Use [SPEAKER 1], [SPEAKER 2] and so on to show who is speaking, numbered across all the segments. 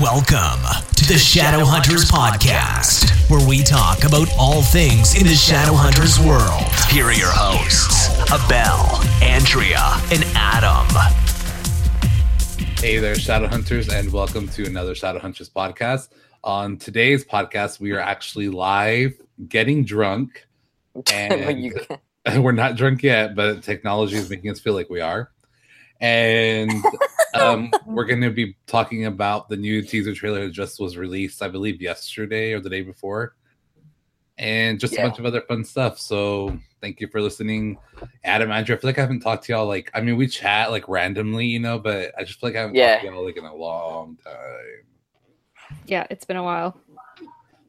[SPEAKER 1] Welcome to the Shadowhunters Podcast, where we talk about all things in the Shadowhunters world. Here are your hosts, Abel, Andrea, and Adam.
[SPEAKER 2] Hey there, Shadow Hunters, and welcome to another Shadow Hunters podcast. On today's podcast, we are actually live getting drunk. And
[SPEAKER 3] you-
[SPEAKER 2] we're not drunk yet, but technology is making us feel like we are. And um, we're going to be talking about the new teaser trailer that just was released, I believe, yesterday or the day before, and just
[SPEAKER 3] Yeah.
[SPEAKER 2] a bunch of other fun stuff. So thank you for listening, Adam, Andrew. I feel like I haven't talked to y'all like I mean we chat like randomly, you know, but I just feel like I haven't talked to
[SPEAKER 3] Yeah.
[SPEAKER 2] y'all like in a long time.
[SPEAKER 4] Yeah, it's been a while.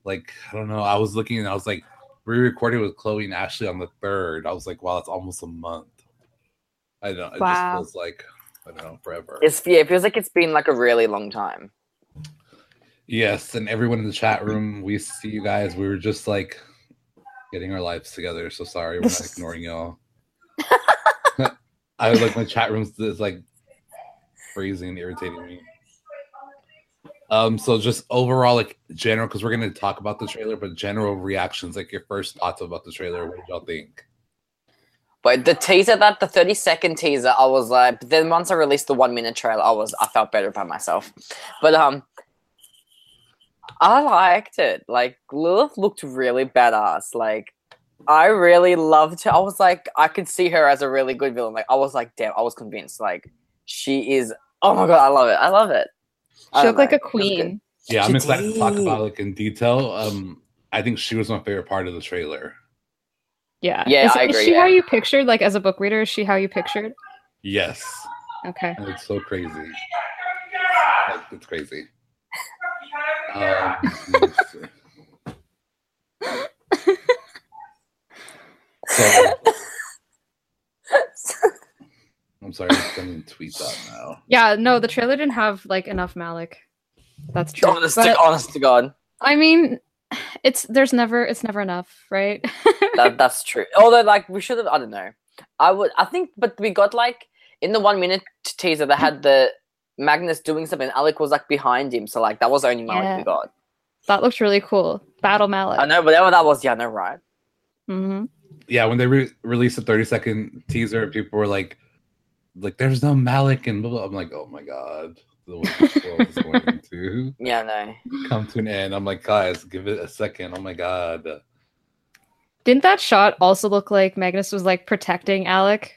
[SPEAKER 2] Like I don't know. I was looking and I was like, we recorded with Chloe and Ashley on the third. I was like, wow, that's almost a month. I don't. know, It
[SPEAKER 4] Wow.
[SPEAKER 2] just feels like I don't know forever.
[SPEAKER 3] it's yeah, it feels like it's been like a really long time.
[SPEAKER 2] Yes, and everyone in the chat room, we see you guys. We were just like getting our lives together. So sorry, we're not ignoring y'all. I was like, my chat room's just like freezing and irritating me. Um, so just overall, like general, because we're gonna talk about the trailer, but general reactions, like your first thoughts about the trailer. What did y'all think?
[SPEAKER 3] But the teaser that the 30 second teaser, I was like, but then once I released the one minute trailer, I was I felt better about myself. But um I liked it. Like Lilith looked really badass. Like I really loved her. I was like, I could see her as a really good villain. Like I was like, damn, I was convinced. Like she is oh my god, I love it. I love it. I
[SPEAKER 4] She
[SPEAKER 3] don't
[SPEAKER 4] looked like
[SPEAKER 3] know.
[SPEAKER 4] a queen.
[SPEAKER 2] Yeah, I'm
[SPEAKER 3] She
[SPEAKER 2] excited to talk
[SPEAKER 3] did.
[SPEAKER 2] about like in detail. Um, I think she was my favorite part of the trailer.
[SPEAKER 4] Yeah.
[SPEAKER 3] Yeah,
[SPEAKER 4] is,
[SPEAKER 3] I
[SPEAKER 4] Is
[SPEAKER 3] agree,
[SPEAKER 4] she how
[SPEAKER 3] yeah.
[SPEAKER 4] you pictured? Like as a book reader, is she how you pictured?
[SPEAKER 2] Yes.
[SPEAKER 4] Okay.
[SPEAKER 2] And it's so crazy. Like, it's crazy. Um, so, I'm sorry, I'm just gonna tweet that now.
[SPEAKER 4] Yeah, no, the trailer didn't have like enough Malik. That's true.
[SPEAKER 3] honest,
[SPEAKER 4] But,
[SPEAKER 3] to, honest to God.
[SPEAKER 4] I mean, it's there's never it's never enough, right?
[SPEAKER 3] that, that's true. Although, like, we should have. I don't know. I would. I think, but we got like in the one minute t- teaser that had the Magnus doing something. Alec was like behind him, so like that was the only Malik
[SPEAKER 4] Yeah.
[SPEAKER 3] we got.
[SPEAKER 4] that looked really cool. Battle Malik.
[SPEAKER 3] I know, but that, that was yeah, no, right?
[SPEAKER 4] Mm-hmm.
[SPEAKER 2] Yeah, when they re- released the 30 second teaser, people were like, "Like, there's no Malik," and blah, blah. I'm like, "Oh my god, the world is going to
[SPEAKER 3] Yeah, no.
[SPEAKER 2] come to an end." I'm like, "Guys, give it a second. Oh my god."
[SPEAKER 4] Didn't that shot also look like Magnus was like protecting Alec?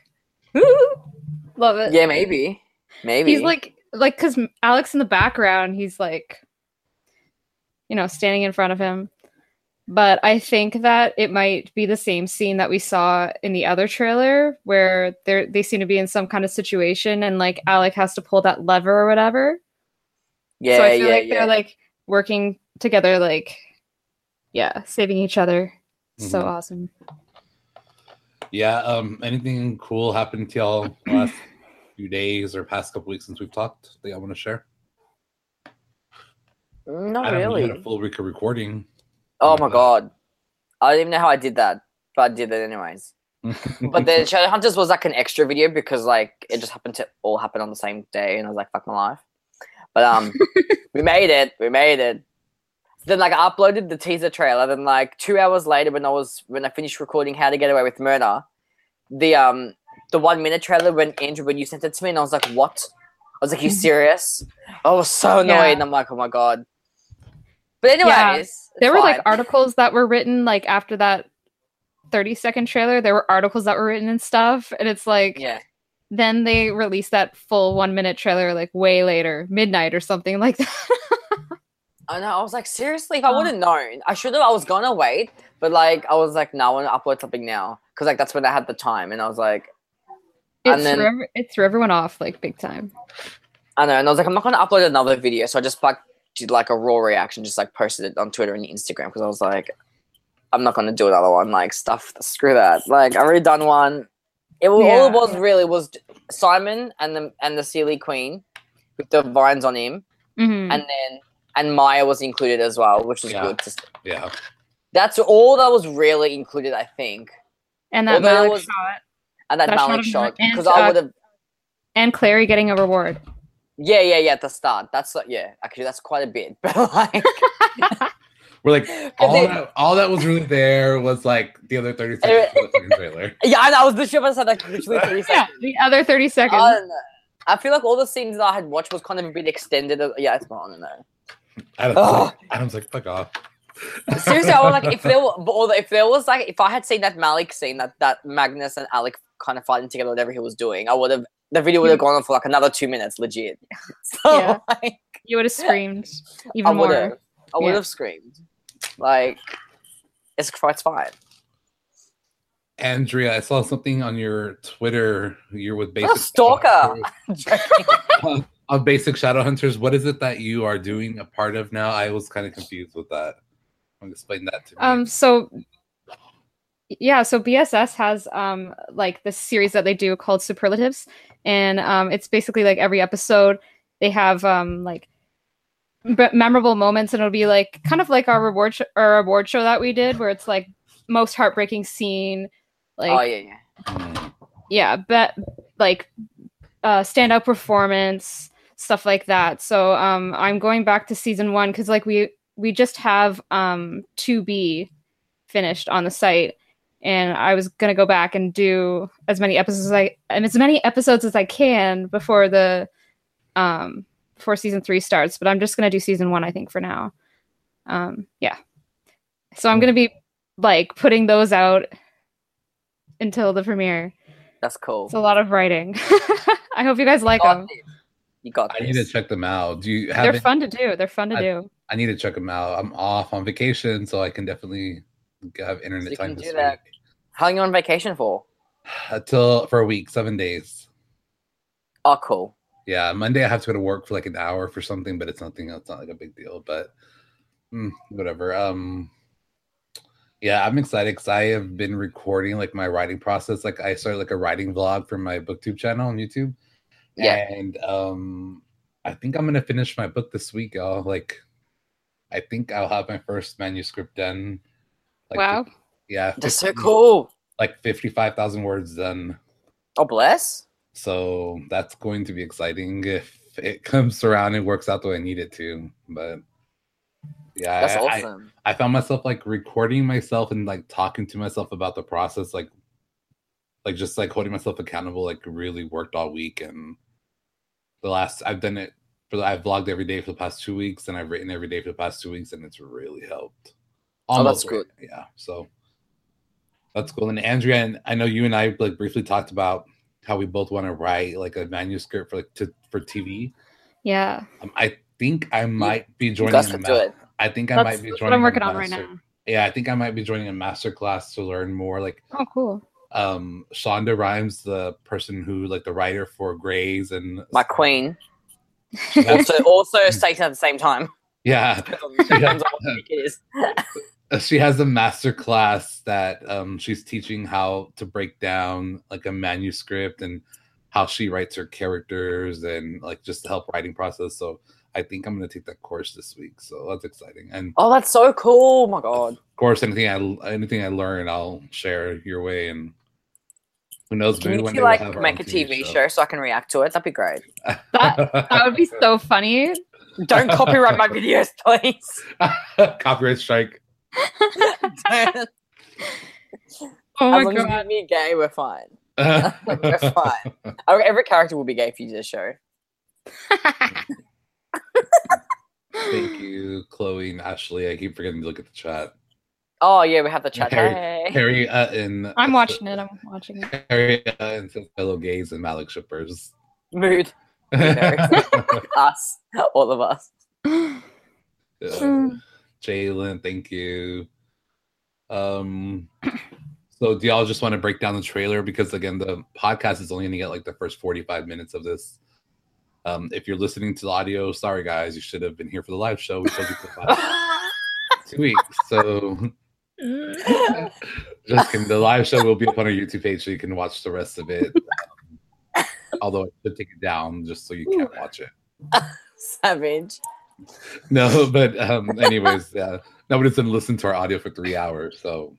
[SPEAKER 4] Love it.
[SPEAKER 3] Yeah, maybe, maybe.
[SPEAKER 4] He's like like because Alex in the background, he's like, you know, standing in front of him. But I think that it might be the same scene that we saw in the other trailer where they they seem to be in some kind of situation and like Alec has to pull that lever or whatever.
[SPEAKER 3] yeah,
[SPEAKER 4] so I feel
[SPEAKER 3] yeah,
[SPEAKER 4] like
[SPEAKER 3] yeah.
[SPEAKER 4] they're like working together, like yeah, saving each other. So
[SPEAKER 2] Mhm.
[SPEAKER 4] awesome.
[SPEAKER 2] Yeah. Um. Anything cool happened to y'all last few days or past couple weeks since we've talked that y'all want to share?
[SPEAKER 3] Not
[SPEAKER 2] Adam, You had
[SPEAKER 3] really.
[SPEAKER 2] a full week of recording.
[SPEAKER 3] Oh my god, I don't even know how I did that, but I did it anyways. But the Shadowhunters was like an extra video because like it just happened to all happen on the same day, and I was like, "Fuck my life." But um, we made it. We made it. Then like I uploaded the teaser trailer. Then like two hours later, when I was when I finished recording How to Get Away with Murder, the um the one minute trailer when Andrew when you sent it to me, and I was like, "What?" I was like, "You serious?" I was so annoyed,
[SPEAKER 4] Yeah.
[SPEAKER 3] and I'm like, "Oh my god." But anyways, it's
[SPEAKER 4] there were like
[SPEAKER 3] fine.
[SPEAKER 4] articles that were written like after that 30 second trailer there were articles that were written and stuff and it's like
[SPEAKER 3] yeah.
[SPEAKER 4] then they released that full one minute trailer like way later midnight or something like that
[SPEAKER 3] I know. I was like, seriously, if I
[SPEAKER 4] Oh.
[SPEAKER 3] would have known, I should have. I was gonna wait, but like, I was like, no, I want to upload something now because like that's when I had the time, and I was like,
[SPEAKER 4] it,
[SPEAKER 3] And then-
[SPEAKER 4] threw, ev- it threw everyone off like big time
[SPEAKER 3] I know, and I was like, I'm not gonna upload another video, so I just like did like a raw reaction, just like posted it on Twitter and Instagram because I was like, I'm not gonna do another one. Like, stuff, screw that. Like, I already done one. It was, all
[SPEAKER 4] Yeah.
[SPEAKER 3] it was really was Simon and the and the Sealy Queen with the vines on him,
[SPEAKER 4] Mhm.
[SPEAKER 3] and then and Maya was included as well, which was
[SPEAKER 2] Yeah.
[SPEAKER 3] good. to s-
[SPEAKER 2] yeah.
[SPEAKER 3] That's all that was really included, I think.
[SPEAKER 4] and that
[SPEAKER 3] although it
[SPEAKER 4] Malik
[SPEAKER 3] was-
[SPEAKER 4] shot
[SPEAKER 3] and that
[SPEAKER 4] That shot
[SPEAKER 3] Malik
[SPEAKER 4] of
[SPEAKER 3] shot
[SPEAKER 4] Malik and
[SPEAKER 3] because I
[SPEAKER 4] uh,
[SPEAKER 3] would have
[SPEAKER 4] and clary getting a reward
[SPEAKER 3] Yeah, yeah, yeah. At the start, that's like, yeah. Actually, that's quite a bit. But like,
[SPEAKER 2] We're like
[SPEAKER 3] 'Cause
[SPEAKER 2] all
[SPEAKER 3] they-
[SPEAKER 2] that, all that was really there was like the other thirty seconds of the fucking trailer.
[SPEAKER 3] yeah, I, know, I was literally about to say like literally three seconds.
[SPEAKER 4] Yeah, the other 30 seconds.
[SPEAKER 3] I don't know. I feel like all the scenes that I had watched was kind of a bit extended. uh, Yeah, it's not. I don't know.
[SPEAKER 2] Adam's,
[SPEAKER 3] Ugh.
[SPEAKER 2] like, Adam's like, fuck off.
[SPEAKER 3] Seriously, I was like, if there, were, but all the- if there was like, if I had seen that Malik scene, that that Magnus and Alec kind of fighting together, whatever he was doing, I would have. The video would have gone on for like another two minutes, legit. So
[SPEAKER 4] Yeah.
[SPEAKER 3] like,
[SPEAKER 4] you would have screamed
[SPEAKER 3] I
[SPEAKER 4] even
[SPEAKER 3] would
[SPEAKER 4] more.
[SPEAKER 3] have. I would
[SPEAKER 4] Yeah.
[SPEAKER 3] have screamed. Like, it's quite fine.
[SPEAKER 2] Andrea, I saw something on your Twitter. You're with
[SPEAKER 3] a
[SPEAKER 2] basic
[SPEAKER 3] stalker.
[SPEAKER 2] on, on basic shadow hunters. What is it that you are doing a part of now? I was kind of confused with that. Um, Explain that to me.
[SPEAKER 4] Um, so yeah, so BSS has um like this series that they do called Superlatives, and um, it's basically like every episode they have um like b- memorable moments, and it'll be like kind of like our reward sh- our award show that we did, where it's like most heartbreaking scene, like
[SPEAKER 3] oh yeah, yeah.
[SPEAKER 2] Mm.
[SPEAKER 4] yeah but like uh standout performance stuff like that so um i'm going back to season one because like we we just have um 2b finished on the site and i was gonna go back and do as many episodes as i and as many episodes as i can before the um before season three starts but i'm just gonna do season one i think for now um yeah so i'm gonna be like putting those out until the premiere
[SPEAKER 3] That's cool. Oh,
[SPEAKER 4] it's a lot of writing. I hope you guys like
[SPEAKER 3] got
[SPEAKER 4] them.
[SPEAKER 3] this. You got
[SPEAKER 2] I
[SPEAKER 3] this.
[SPEAKER 2] need to check them out. Do you have?
[SPEAKER 4] They're
[SPEAKER 2] it-
[SPEAKER 4] fun to do. They're fun to
[SPEAKER 2] I-
[SPEAKER 4] do.
[SPEAKER 2] I need to check them out. I'm off on vacation, so I can definitely have internet
[SPEAKER 3] You
[SPEAKER 2] time
[SPEAKER 3] can
[SPEAKER 2] this
[SPEAKER 3] do that.
[SPEAKER 2] week.
[SPEAKER 3] How long you on vacation for?
[SPEAKER 2] Until for a week, seven days.
[SPEAKER 3] Oh, cool.
[SPEAKER 2] Yeah, Monday I have to go to work for like an hour for something, but it's nothing. It's not like a big deal, but mm, whatever. Um, yeah, I'm excited because I have been recording like my writing process. Like I started like a writing vlog for my BookTube channel on YouTube,
[SPEAKER 3] Yeah.
[SPEAKER 2] and um, I think I'm gonna finish my book this week, y'all. Like, I think I'll have my first manuscript done.
[SPEAKER 4] wow.
[SPEAKER 2] fif- yeah,
[SPEAKER 3] That's so
[SPEAKER 2] 50
[SPEAKER 3] cool.
[SPEAKER 2] Like fifty-five thousand words done.
[SPEAKER 3] Oh, bless.
[SPEAKER 2] So that's going to be exciting if it comes around and works out the way I need it to. But yeah,
[SPEAKER 3] That's
[SPEAKER 2] I, I-
[SPEAKER 3] awesome.
[SPEAKER 2] I found myself like recording myself and like talking to myself about the process, like like just like holding myself accountable, like really worked all week and the last I've done it for the, I've vlogged every day for the past two weeks and I've written every day for the past two weeks and it's really helped.
[SPEAKER 3] Oh, that's
[SPEAKER 2] Almost written, Yeah. So that's cool. And Andrea, and I know you and I like briefly talked about how we both want to write like a manuscript for like to, for TV.
[SPEAKER 4] Yeah.
[SPEAKER 2] Um, I think I might be
[SPEAKER 3] You
[SPEAKER 2] joining.
[SPEAKER 3] got
[SPEAKER 2] a
[SPEAKER 3] to do
[SPEAKER 2] ma-
[SPEAKER 3] it.
[SPEAKER 2] I think I
[SPEAKER 4] That's,
[SPEAKER 2] might be
[SPEAKER 4] that's
[SPEAKER 2] joining.
[SPEAKER 4] what I'm
[SPEAKER 2] a
[SPEAKER 4] working on right
[SPEAKER 2] master-
[SPEAKER 4] now.
[SPEAKER 2] yeah i think i might be joining a master class to learn more like
[SPEAKER 4] Oh, cool.
[SPEAKER 2] um shonda rhimes the person who like the writer for grays and
[SPEAKER 3] My queen.
[SPEAKER 2] she has-
[SPEAKER 3] Also, also Satan at the same time.
[SPEAKER 2] yeah
[SPEAKER 3] Depends on- depends on what week it is.
[SPEAKER 2] she has a master class that um she's teaching how to break down like a manuscript and how she writes her characters and like just the help writing process so i think i'm going to take that course this week so that's exciting and
[SPEAKER 3] Oh, that's so cool. my God.
[SPEAKER 2] of course anything i anything i learn i'll share your way and who knows
[SPEAKER 3] Can
[SPEAKER 2] maybe
[SPEAKER 3] you
[SPEAKER 2] one
[SPEAKER 3] two,
[SPEAKER 2] day we'll
[SPEAKER 3] like
[SPEAKER 2] have our
[SPEAKER 3] make a
[SPEAKER 2] own
[SPEAKER 3] TV show. so I can react to it? That'd be great.
[SPEAKER 4] That that would be so funny. Oh
[SPEAKER 3] Don't copyright my videos, please.
[SPEAKER 2] Copyright strike.
[SPEAKER 3] Don't.
[SPEAKER 4] Oh
[SPEAKER 3] as
[SPEAKER 4] my
[SPEAKER 3] long
[SPEAKER 4] god.
[SPEAKER 3] as you be gay, we're fine. We're
[SPEAKER 2] That's
[SPEAKER 3] fine. Our- Every character will be gay if you do the show.
[SPEAKER 2] Thank you, Chloe and Ashley. I keep forgetting to look at the chat.
[SPEAKER 3] Oh yeah, we have the chat.
[SPEAKER 2] Harry-
[SPEAKER 3] Hey.
[SPEAKER 2] Harry Utton.
[SPEAKER 4] I'm watching it. I'm watching it.
[SPEAKER 2] Harry Utton says fellow gays and Malik shippers.
[SPEAKER 3] Mood. Very
[SPEAKER 2] Yeah.
[SPEAKER 3] Us. All of us.
[SPEAKER 4] Hmm.
[SPEAKER 2] Jalen, thank you. Um, so do y'all just want to break down the trailer? Because again, the podcast is only going to get like the first 45 minutes of this. Um, if you're listening to the audio, sorry guys, you should have been here for the live show. We told you for the past two weeks. So just kidding. The live show will be up on our YouTube page so you can watch the rest of it. Um, although I should take it down just so you can't watch it.
[SPEAKER 3] Savage.
[SPEAKER 2] No, but um, anyways, uh, nobody's gonna listen to our audio for three hours. So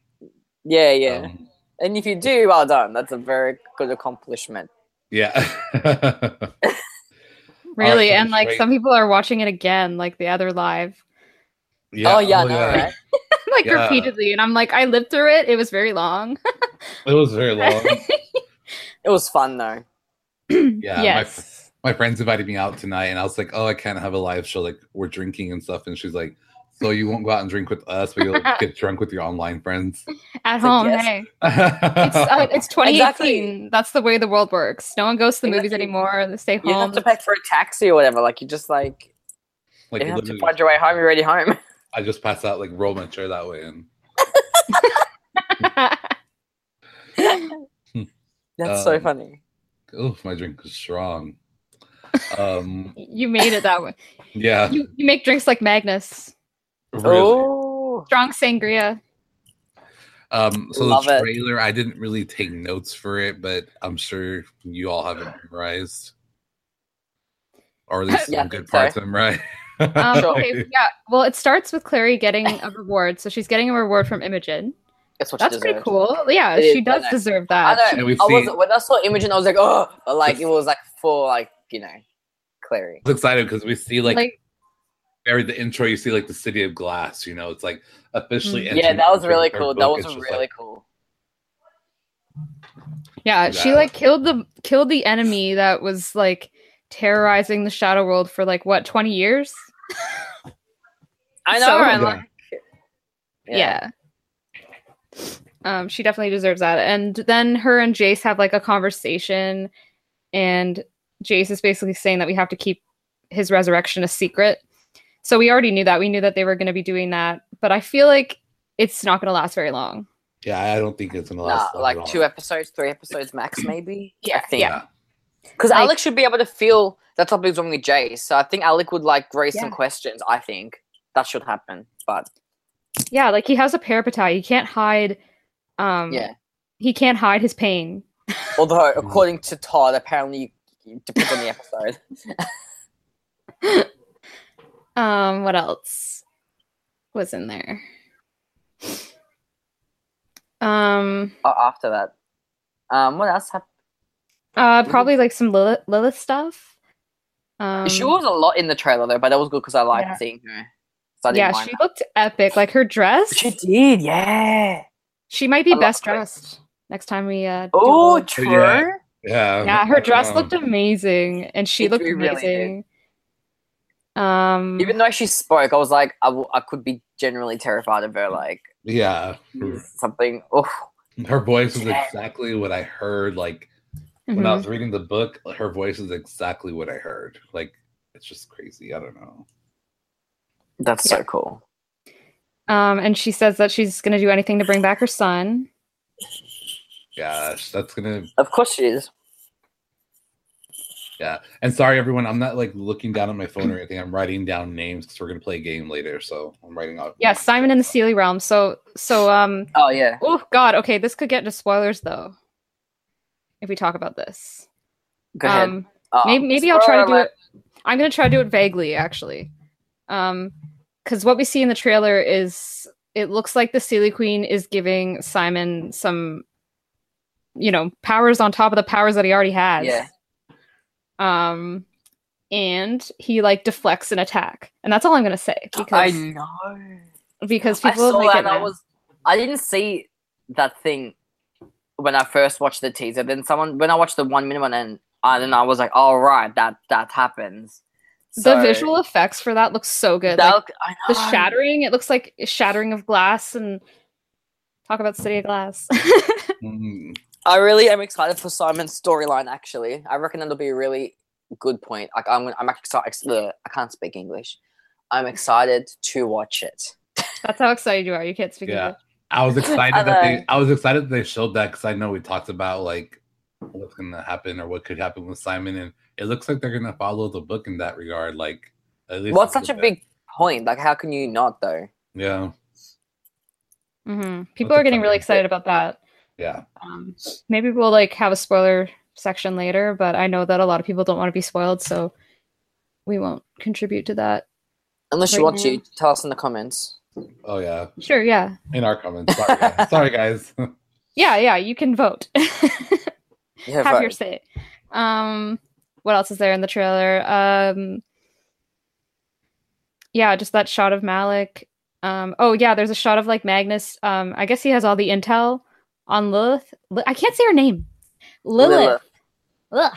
[SPEAKER 3] Yeah, yeah.
[SPEAKER 2] um,
[SPEAKER 3] and if you do, well done. That's a very good accomplishment.
[SPEAKER 2] Yeah.
[SPEAKER 4] Really,
[SPEAKER 2] so
[SPEAKER 4] and
[SPEAKER 2] just
[SPEAKER 4] like
[SPEAKER 2] wait.
[SPEAKER 4] some people are watching it again, like the other live,
[SPEAKER 3] oh yeah, no, right?
[SPEAKER 4] like
[SPEAKER 2] Yeah.
[SPEAKER 4] repeatedly. And I'm like, I lived through it. It was very long.
[SPEAKER 2] It was very long.
[SPEAKER 3] It was fun though.
[SPEAKER 2] Yeah, my, fr-
[SPEAKER 4] yes.
[SPEAKER 2] my friends invited me out tonight, and I was like, "Oh, I can't have a live show. Like, we're drinking and stuff." And she's like, "So you won't go out and drink with us, but you'll get drunk with your online friends."
[SPEAKER 4] At
[SPEAKER 3] Like,
[SPEAKER 4] home,
[SPEAKER 3] yes.
[SPEAKER 4] hey. It's, uh, it's 2018. That's the way the world works. No one goes to the movies
[SPEAKER 3] Exactly.
[SPEAKER 4] anymore. They stay
[SPEAKER 3] You don't
[SPEAKER 4] home.
[SPEAKER 3] have to pay for a taxi or whatever. Like you just like
[SPEAKER 2] like,
[SPEAKER 3] you have to
[SPEAKER 2] literally,
[SPEAKER 3] find your way home. You're already home.
[SPEAKER 2] I just passed out, like, roll my chair that way, and
[SPEAKER 3] That's so
[SPEAKER 2] Um,
[SPEAKER 3] funny.
[SPEAKER 2] oh, my drink was strong. Um,
[SPEAKER 4] you made it that way.
[SPEAKER 2] yeah,
[SPEAKER 4] You, you make drinks like Magnus,
[SPEAKER 2] really.
[SPEAKER 3] Oh,
[SPEAKER 4] strong sangria.
[SPEAKER 2] Um, so
[SPEAKER 3] Love
[SPEAKER 2] the
[SPEAKER 3] it.
[SPEAKER 2] trailer, I didn't really take notes for it, but I'm sure you all have it memorized, or at least
[SPEAKER 3] Yeah,
[SPEAKER 2] some good
[SPEAKER 3] sorry.
[SPEAKER 2] parts of them, right?
[SPEAKER 4] Um,
[SPEAKER 3] Sure.
[SPEAKER 4] okay, yeah. Well, it starts with Clary getting a reward. So she's getting a reward from Imogen.
[SPEAKER 3] that's what
[SPEAKER 4] That's
[SPEAKER 3] you
[SPEAKER 4] pretty
[SPEAKER 3] deserve.
[SPEAKER 4] cool. Yeah,
[SPEAKER 3] It is,
[SPEAKER 4] she does
[SPEAKER 3] isn't it?
[SPEAKER 4] deserve
[SPEAKER 3] I
[SPEAKER 4] that.
[SPEAKER 3] don't.
[SPEAKER 2] And we've
[SPEAKER 3] I was
[SPEAKER 2] seen-
[SPEAKER 3] when I saw Imogen, I was like, oh, but, like it was like for like you know, Clary.
[SPEAKER 2] I was excited because we see like,
[SPEAKER 4] Like,
[SPEAKER 2] very the intro. You see like the city of glass. You know, it's like officially.
[SPEAKER 4] Mm.
[SPEAKER 3] Yeah,
[SPEAKER 2] entering
[SPEAKER 3] that was
[SPEAKER 2] her-
[SPEAKER 3] really
[SPEAKER 2] her
[SPEAKER 3] cool. That
[SPEAKER 2] book.
[SPEAKER 3] was
[SPEAKER 2] It's just
[SPEAKER 3] really
[SPEAKER 2] like,
[SPEAKER 3] cool.
[SPEAKER 4] yeah,
[SPEAKER 2] Yeah.
[SPEAKER 4] she like killed the killed the enemy that was like terrorizing the shadow world for like what 20 years?
[SPEAKER 3] I know.
[SPEAKER 4] So-
[SPEAKER 3] I'm
[SPEAKER 2] Yeah.
[SPEAKER 3] like,
[SPEAKER 4] yeah. Um, she definitely deserves that. And then her and Jace have like a conversation, and Jace is basically saying that we have to keep his resurrection a secret. So we already knew that. We knew that they were going to be doing that, but I feel like it's not going to last very long.
[SPEAKER 2] yeah, I don't think it's in the
[SPEAKER 3] Nah,
[SPEAKER 2] last.
[SPEAKER 3] like two episodes, three episodes max, maybe.
[SPEAKER 4] Yeah,
[SPEAKER 3] I think.
[SPEAKER 2] Yeah.
[SPEAKER 3] Because
[SPEAKER 4] Like-
[SPEAKER 3] Alec should be able to feel that something's wrong with Jace. So I think Alec would like raise
[SPEAKER 4] Yeah.
[SPEAKER 3] some questions. I think that should happen. But
[SPEAKER 4] Yeah, like he has a parapatai. He can't hide. Um,
[SPEAKER 3] Yeah.
[SPEAKER 4] he can't hide his pain.
[SPEAKER 3] although,
[SPEAKER 2] Mm.
[SPEAKER 3] according to Todd, apparently it depends on the episode.
[SPEAKER 4] Um, what else was in there? Um,
[SPEAKER 3] Uh, after that, um, what else happened?
[SPEAKER 4] Uh,
[SPEAKER 3] Mhm.
[SPEAKER 4] probably like some Lilith, Lilith stuff. Um,
[SPEAKER 3] she was a lot in the trailer though, but that was good because I liked
[SPEAKER 4] Yeah.
[SPEAKER 3] seeing her. So I didn't
[SPEAKER 4] yeah,
[SPEAKER 3] mind
[SPEAKER 4] she
[SPEAKER 3] that.
[SPEAKER 4] looked epic. Like her dress,
[SPEAKER 3] She
[SPEAKER 4] she,
[SPEAKER 3] did, yeah.
[SPEAKER 4] might be
[SPEAKER 3] I love
[SPEAKER 4] best
[SPEAKER 3] her.
[SPEAKER 4] dressed next time we. Uh, do a
[SPEAKER 3] Oh,
[SPEAKER 4] little-
[SPEAKER 3] true.
[SPEAKER 2] Yeah. Yeah.
[SPEAKER 4] yeah, her dress
[SPEAKER 2] Um,
[SPEAKER 4] looked amazing, and she
[SPEAKER 3] It
[SPEAKER 4] looked
[SPEAKER 3] really did.
[SPEAKER 4] amazing. um,
[SPEAKER 3] Even though she spoke, I was like, I, w- I could be generally terrified of her. Like
[SPEAKER 2] Yeah,
[SPEAKER 3] something. Oh,
[SPEAKER 2] her voice is
[SPEAKER 3] Yeah.
[SPEAKER 2] exactly what I heard. Like when I
[SPEAKER 4] mhm.
[SPEAKER 2] was reading the book, her voice is exactly what I heard. Like it's just crazy. I don't know.
[SPEAKER 3] that's so cool.
[SPEAKER 4] um, and she says that she's gonna do anything to bring back her son.
[SPEAKER 2] Gosh, that's gonna
[SPEAKER 3] Of course she is.
[SPEAKER 2] yeah. And sorry everyone, I'm not like looking down at my phone or anything. I'm writing down names because we're gonna play a game later. So I'm writing out.
[SPEAKER 4] Yeah, Simon in the Sealy realm. So, so um,
[SPEAKER 3] Oh yeah.
[SPEAKER 4] oh god, okay, this could get into spoilers though. If we talk about this,
[SPEAKER 3] Go ahead.
[SPEAKER 4] um,
[SPEAKER 3] Uh,
[SPEAKER 4] maybe maybe I'll try to
[SPEAKER 3] spoiler
[SPEAKER 4] do
[SPEAKER 3] alert.
[SPEAKER 4] it. I'm gonna try to do it vaguely, actually, um, because what we see in the trailer is it looks like the Sealy Queen is giving Simon some, you know, powers on top of the powers that he already has.
[SPEAKER 3] Yeah.
[SPEAKER 4] Um, and he like deflects an attack, and that's all I'm gonna say
[SPEAKER 3] I
[SPEAKER 4] because
[SPEAKER 3] know.
[SPEAKER 4] because
[SPEAKER 3] I
[SPEAKER 4] people
[SPEAKER 3] saw
[SPEAKER 4] like
[SPEAKER 3] that.
[SPEAKER 4] it
[SPEAKER 3] and I
[SPEAKER 4] now.
[SPEAKER 3] was. I didn't see that thing when I first watched the teaser. Then someone when I watched the one minute one, and I then I was like, "All right, that that happens."
[SPEAKER 4] the
[SPEAKER 3] So,
[SPEAKER 4] visual effects for that look so good.
[SPEAKER 3] that
[SPEAKER 4] like,
[SPEAKER 3] look- I
[SPEAKER 4] the
[SPEAKER 3] know.
[SPEAKER 4] shattering it looks like shattering of glass and talk about city of glass
[SPEAKER 2] Mm,
[SPEAKER 3] I really am excited for Simon's storyline. Actually, I reckon that'll be a really good point. Like, I'm I'm actually excited. I can't speak English. I'm excited to watch it.
[SPEAKER 4] that's how excited you are you can't speak
[SPEAKER 2] Yeah.
[SPEAKER 4] English.
[SPEAKER 2] I was excited that
[SPEAKER 3] Other-
[SPEAKER 2] they I was excited that they showed that because I know we talked about like what's gonna happen or what could happen with Simon and it looks like they're gonna follow the book in that regard. Like at least
[SPEAKER 3] What's
[SPEAKER 2] little
[SPEAKER 3] such a
[SPEAKER 2] bit.
[SPEAKER 3] big point? Like, how can you not though?
[SPEAKER 2] Yeah.
[SPEAKER 4] Mhm. people
[SPEAKER 2] That's
[SPEAKER 4] are getting really
[SPEAKER 2] exciting.
[SPEAKER 4] excited about that
[SPEAKER 2] Yeah.
[SPEAKER 4] um, maybe we'll like have a spoiler section later but i know that a lot of people don't want to be spoiled so we won't contribute to that
[SPEAKER 3] Unless you
[SPEAKER 4] Right
[SPEAKER 3] want
[SPEAKER 4] now.
[SPEAKER 3] to, tell us in the comments.
[SPEAKER 2] Oh yeah.
[SPEAKER 4] sure yeah
[SPEAKER 2] In our comments. Sorry guys. Sorry, guys.
[SPEAKER 4] yeah yeah you can vote
[SPEAKER 3] Yeah,
[SPEAKER 4] have your
[SPEAKER 3] vote.
[SPEAKER 4] say um What else is there in the trailer? Um, yeah, just that shot of Malik. Um, oh yeah, there's a shot of like Magnus. Um, I guess he has all the intel on Lilith. Li- I can't say her name. Lilith.
[SPEAKER 3] Lilith.
[SPEAKER 4] Ugh.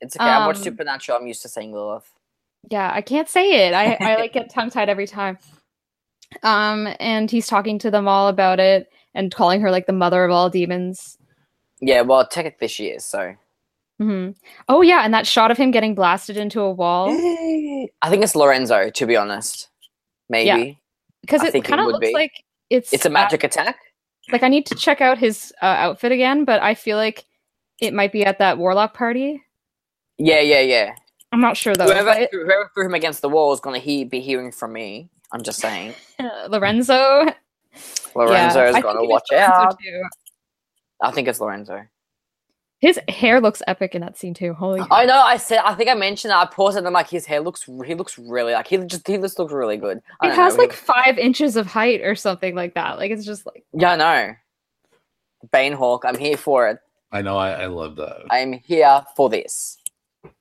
[SPEAKER 3] It's okay. I watched
[SPEAKER 4] Um,
[SPEAKER 3] Supernatural. I'm used to saying Lilith.
[SPEAKER 4] Yeah, I can't say it. I, I like get tongue tied every time. Um, and he's talking to them all about it and calling her like the mother of all demons.
[SPEAKER 3] Yeah, well, technically she is. So
[SPEAKER 4] hmm Oh yeah, and that shot of him getting blasted into a wall Oh.
[SPEAKER 3] I think it's Lorenzo. To be honest, maybe
[SPEAKER 4] because
[SPEAKER 3] I
[SPEAKER 4] it
[SPEAKER 3] think it
[SPEAKER 4] kind of
[SPEAKER 3] would
[SPEAKER 4] looks
[SPEAKER 3] be.
[SPEAKER 4] like it's uh,
[SPEAKER 3] it's a magic attack.
[SPEAKER 4] like I need to check out his uh, outfit again, but I feel like it might be at that warlock party.
[SPEAKER 3] Yeah, yeah, yeah.
[SPEAKER 4] I'm not sure though.
[SPEAKER 3] Whoever,
[SPEAKER 4] But,
[SPEAKER 3] whoever threw him against the wall is going to he- be hearing from me. I'm just saying.
[SPEAKER 4] uh, Lorenzo.
[SPEAKER 3] Lorenzo
[SPEAKER 4] I
[SPEAKER 3] is going
[SPEAKER 4] think it
[SPEAKER 3] to
[SPEAKER 4] is
[SPEAKER 3] watch
[SPEAKER 4] Lorenzo,
[SPEAKER 3] out.
[SPEAKER 4] too.
[SPEAKER 3] I think it's Lorenzo.
[SPEAKER 4] His hair looks epic in that scene too. Holy.
[SPEAKER 3] I know. I said. I think I mentioned that. I paused and I'm like, his hair looks. He looks really like he just. He just looks really good. I
[SPEAKER 4] it
[SPEAKER 3] don't know,
[SPEAKER 4] has
[SPEAKER 3] he
[SPEAKER 4] like
[SPEAKER 3] looks-
[SPEAKER 4] five inches of height or something like that. Like it's just like
[SPEAKER 3] Yeah, I know. Banehawk. I'm here for it.
[SPEAKER 2] I know. I, I love that.
[SPEAKER 3] I'm here for this.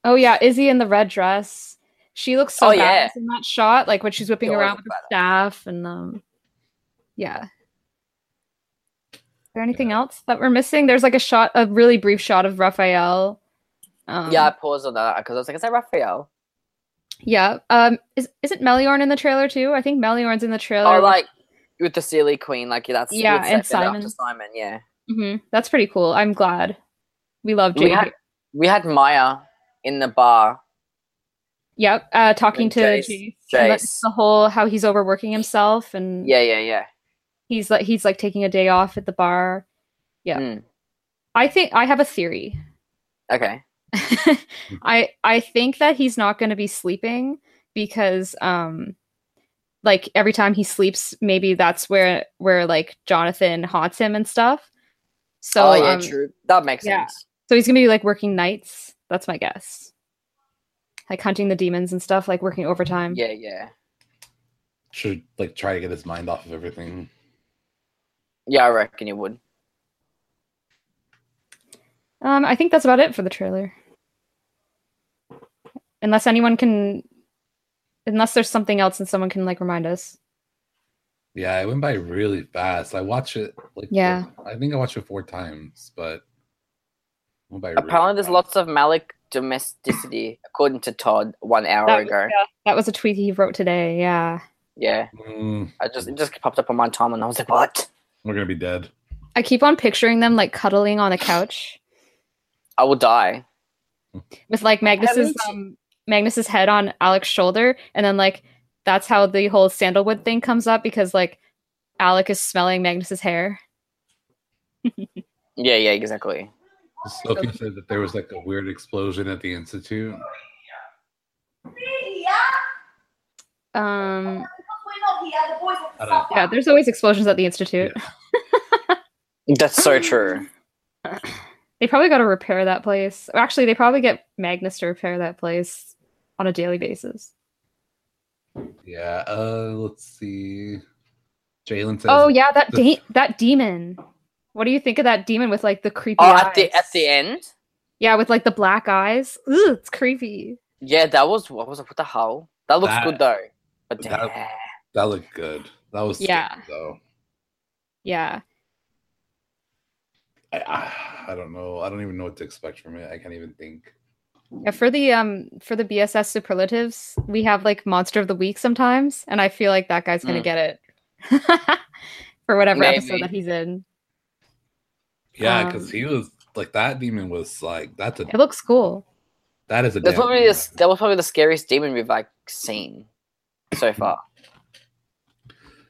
[SPEAKER 4] oh yeah, Izzy in the red dress. She looks so
[SPEAKER 3] Oh,
[SPEAKER 4] badass
[SPEAKER 3] yeah.
[SPEAKER 4] in that shot, like when she's whipping
[SPEAKER 3] She
[SPEAKER 4] around
[SPEAKER 3] always
[SPEAKER 4] with her staff and um yeah. Is there anything else that we're missing? There's like a shot, a really brief shot of Raphael. Um,
[SPEAKER 3] yeah, I paused on that because I was like, is that Raphael?
[SPEAKER 4] yeah. Um, is isn't Meliorn in the trailer too? I think Meliorn's in the trailer.
[SPEAKER 3] Oh, like with the Sealy Queen. Like yeah, that's
[SPEAKER 4] Yeah,
[SPEAKER 3] with
[SPEAKER 4] and
[SPEAKER 3] Sa- after
[SPEAKER 4] Simon.
[SPEAKER 3] Simon. Yeah,
[SPEAKER 4] hmm That's pretty cool. I'm glad. We love
[SPEAKER 3] We
[SPEAKER 4] JP.
[SPEAKER 3] had- we had Maya in the bar.
[SPEAKER 4] Yep, uh, talking to
[SPEAKER 3] Jace.
[SPEAKER 4] Jace. and that's
[SPEAKER 3] Jace.
[SPEAKER 4] the whole how he's overworking himself and
[SPEAKER 3] Yeah, yeah, yeah.
[SPEAKER 4] he's like he's like taking a day off at the bar. Yeah.
[SPEAKER 3] Mm.
[SPEAKER 4] I think I have a theory.
[SPEAKER 3] Okay.
[SPEAKER 4] I I think that he's not going to be sleeping because um like every time he sleeps maybe that's where where like Jonathan haunts him and stuff. So
[SPEAKER 3] oh yeah,
[SPEAKER 4] um,
[SPEAKER 3] true. That makes
[SPEAKER 4] yeah.
[SPEAKER 3] sense.
[SPEAKER 4] so he's going to be like working nights. That's my guess. Like hunting the demons and stuff, like working overtime.
[SPEAKER 3] Yeah, yeah,
[SPEAKER 2] Should like try to get his mind off of everything.
[SPEAKER 3] yeah. I reckon you would.
[SPEAKER 4] Um, I think that's about it for the trailer. Unless anyone can, unless there's something else and someone can like remind us.
[SPEAKER 2] Yeah, it went by really fast. I watch it like
[SPEAKER 4] Yeah.
[SPEAKER 2] four- I think I watched it four times, but it went by really
[SPEAKER 3] Apparently, there's
[SPEAKER 2] fast.
[SPEAKER 3] lots of Malik domesticity, according to Todd, one hour
[SPEAKER 4] That was-
[SPEAKER 3] ago.
[SPEAKER 4] yeah, that was a tweet he wrote today. Yeah,
[SPEAKER 3] Yeah.
[SPEAKER 2] Mm,
[SPEAKER 3] I just it just popped up on my time, and I was like, what?
[SPEAKER 2] we're gonna be dead.
[SPEAKER 4] I keep on picturing them like cuddling on a couch
[SPEAKER 3] I will die.
[SPEAKER 4] with like Magnus's
[SPEAKER 3] haven't-
[SPEAKER 4] um, Magnus's head on Alec's shoulder, and then like that's how the whole sandalwood thing comes up because like Alec is smelling Magnus's hair.
[SPEAKER 3] Yeah, yeah, exactly.
[SPEAKER 2] Sophie said that there was like a weird explosion at the institute.
[SPEAKER 4] Um,
[SPEAKER 2] I don't know.
[SPEAKER 4] yeah, there's always explosions at the institute.
[SPEAKER 3] That's so true.
[SPEAKER 4] They probably got to repair that place. Or Actually, they probably get Magnus to repair that place on a daily basis.
[SPEAKER 2] Yeah. Uh, let's see. Jalen says.
[SPEAKER 4] Oh yeah, that
[SPEAKER 2] the-
[SPEAKER 4] de- that demon. What do you think of that demon with like the creepy
[SPEAKER 3] Oh,
[SPEAKER 4] eyes?
[SPEAKER 3] at the at the end.
[SPEAKER 4] yeah, with like the black eyes. Ugh, it's creepy.
[SPEAKER 3] Yeah, that was what was it? What the hell? That looks
[SPEAKER 2] That-
[SPEAKER 3] good though. But
[SPEAKER 2] that-
[SPEAKER 3] damn.
[SPEAKER 2] that looked good. That was scary,
[SPEAKER 4] Yeah.
[SPEAKER 2] Though
[SPEAKER 4] Yeah,
[SPEAKER 2] I, I I don't know. I don't even know what to expect from it. I can't even think.
[SPEAKER 4] yeah. For the um for the BSS superlatives, we have like monster of the week sometimes, and I feel like that guy's gonna
[SPEAKER 3] Mm.
[SPEAKER 4] get it for whatever episode
[SPEAKER 3] Maybe.
[SPEAKER 4] that he's in.
[SPEAKER 2] Yeah, because
[SPEAKER 4] Um,
[SPEAKER 2] he was like that demon was like that's a
[SPEAKER 4] It looks cool.
[SPEAKER 2] that is a
[SPEAKER 3] That's
[SPEAKER 2] damn
[SPEAKER 3] probably
[SPEAKER 2] demon.
[SPEAKER 3] the, that was probably the scariest demon we've like seen so
[SPEAKER 4] Mm-hmm.
[SPEAKER 3] far.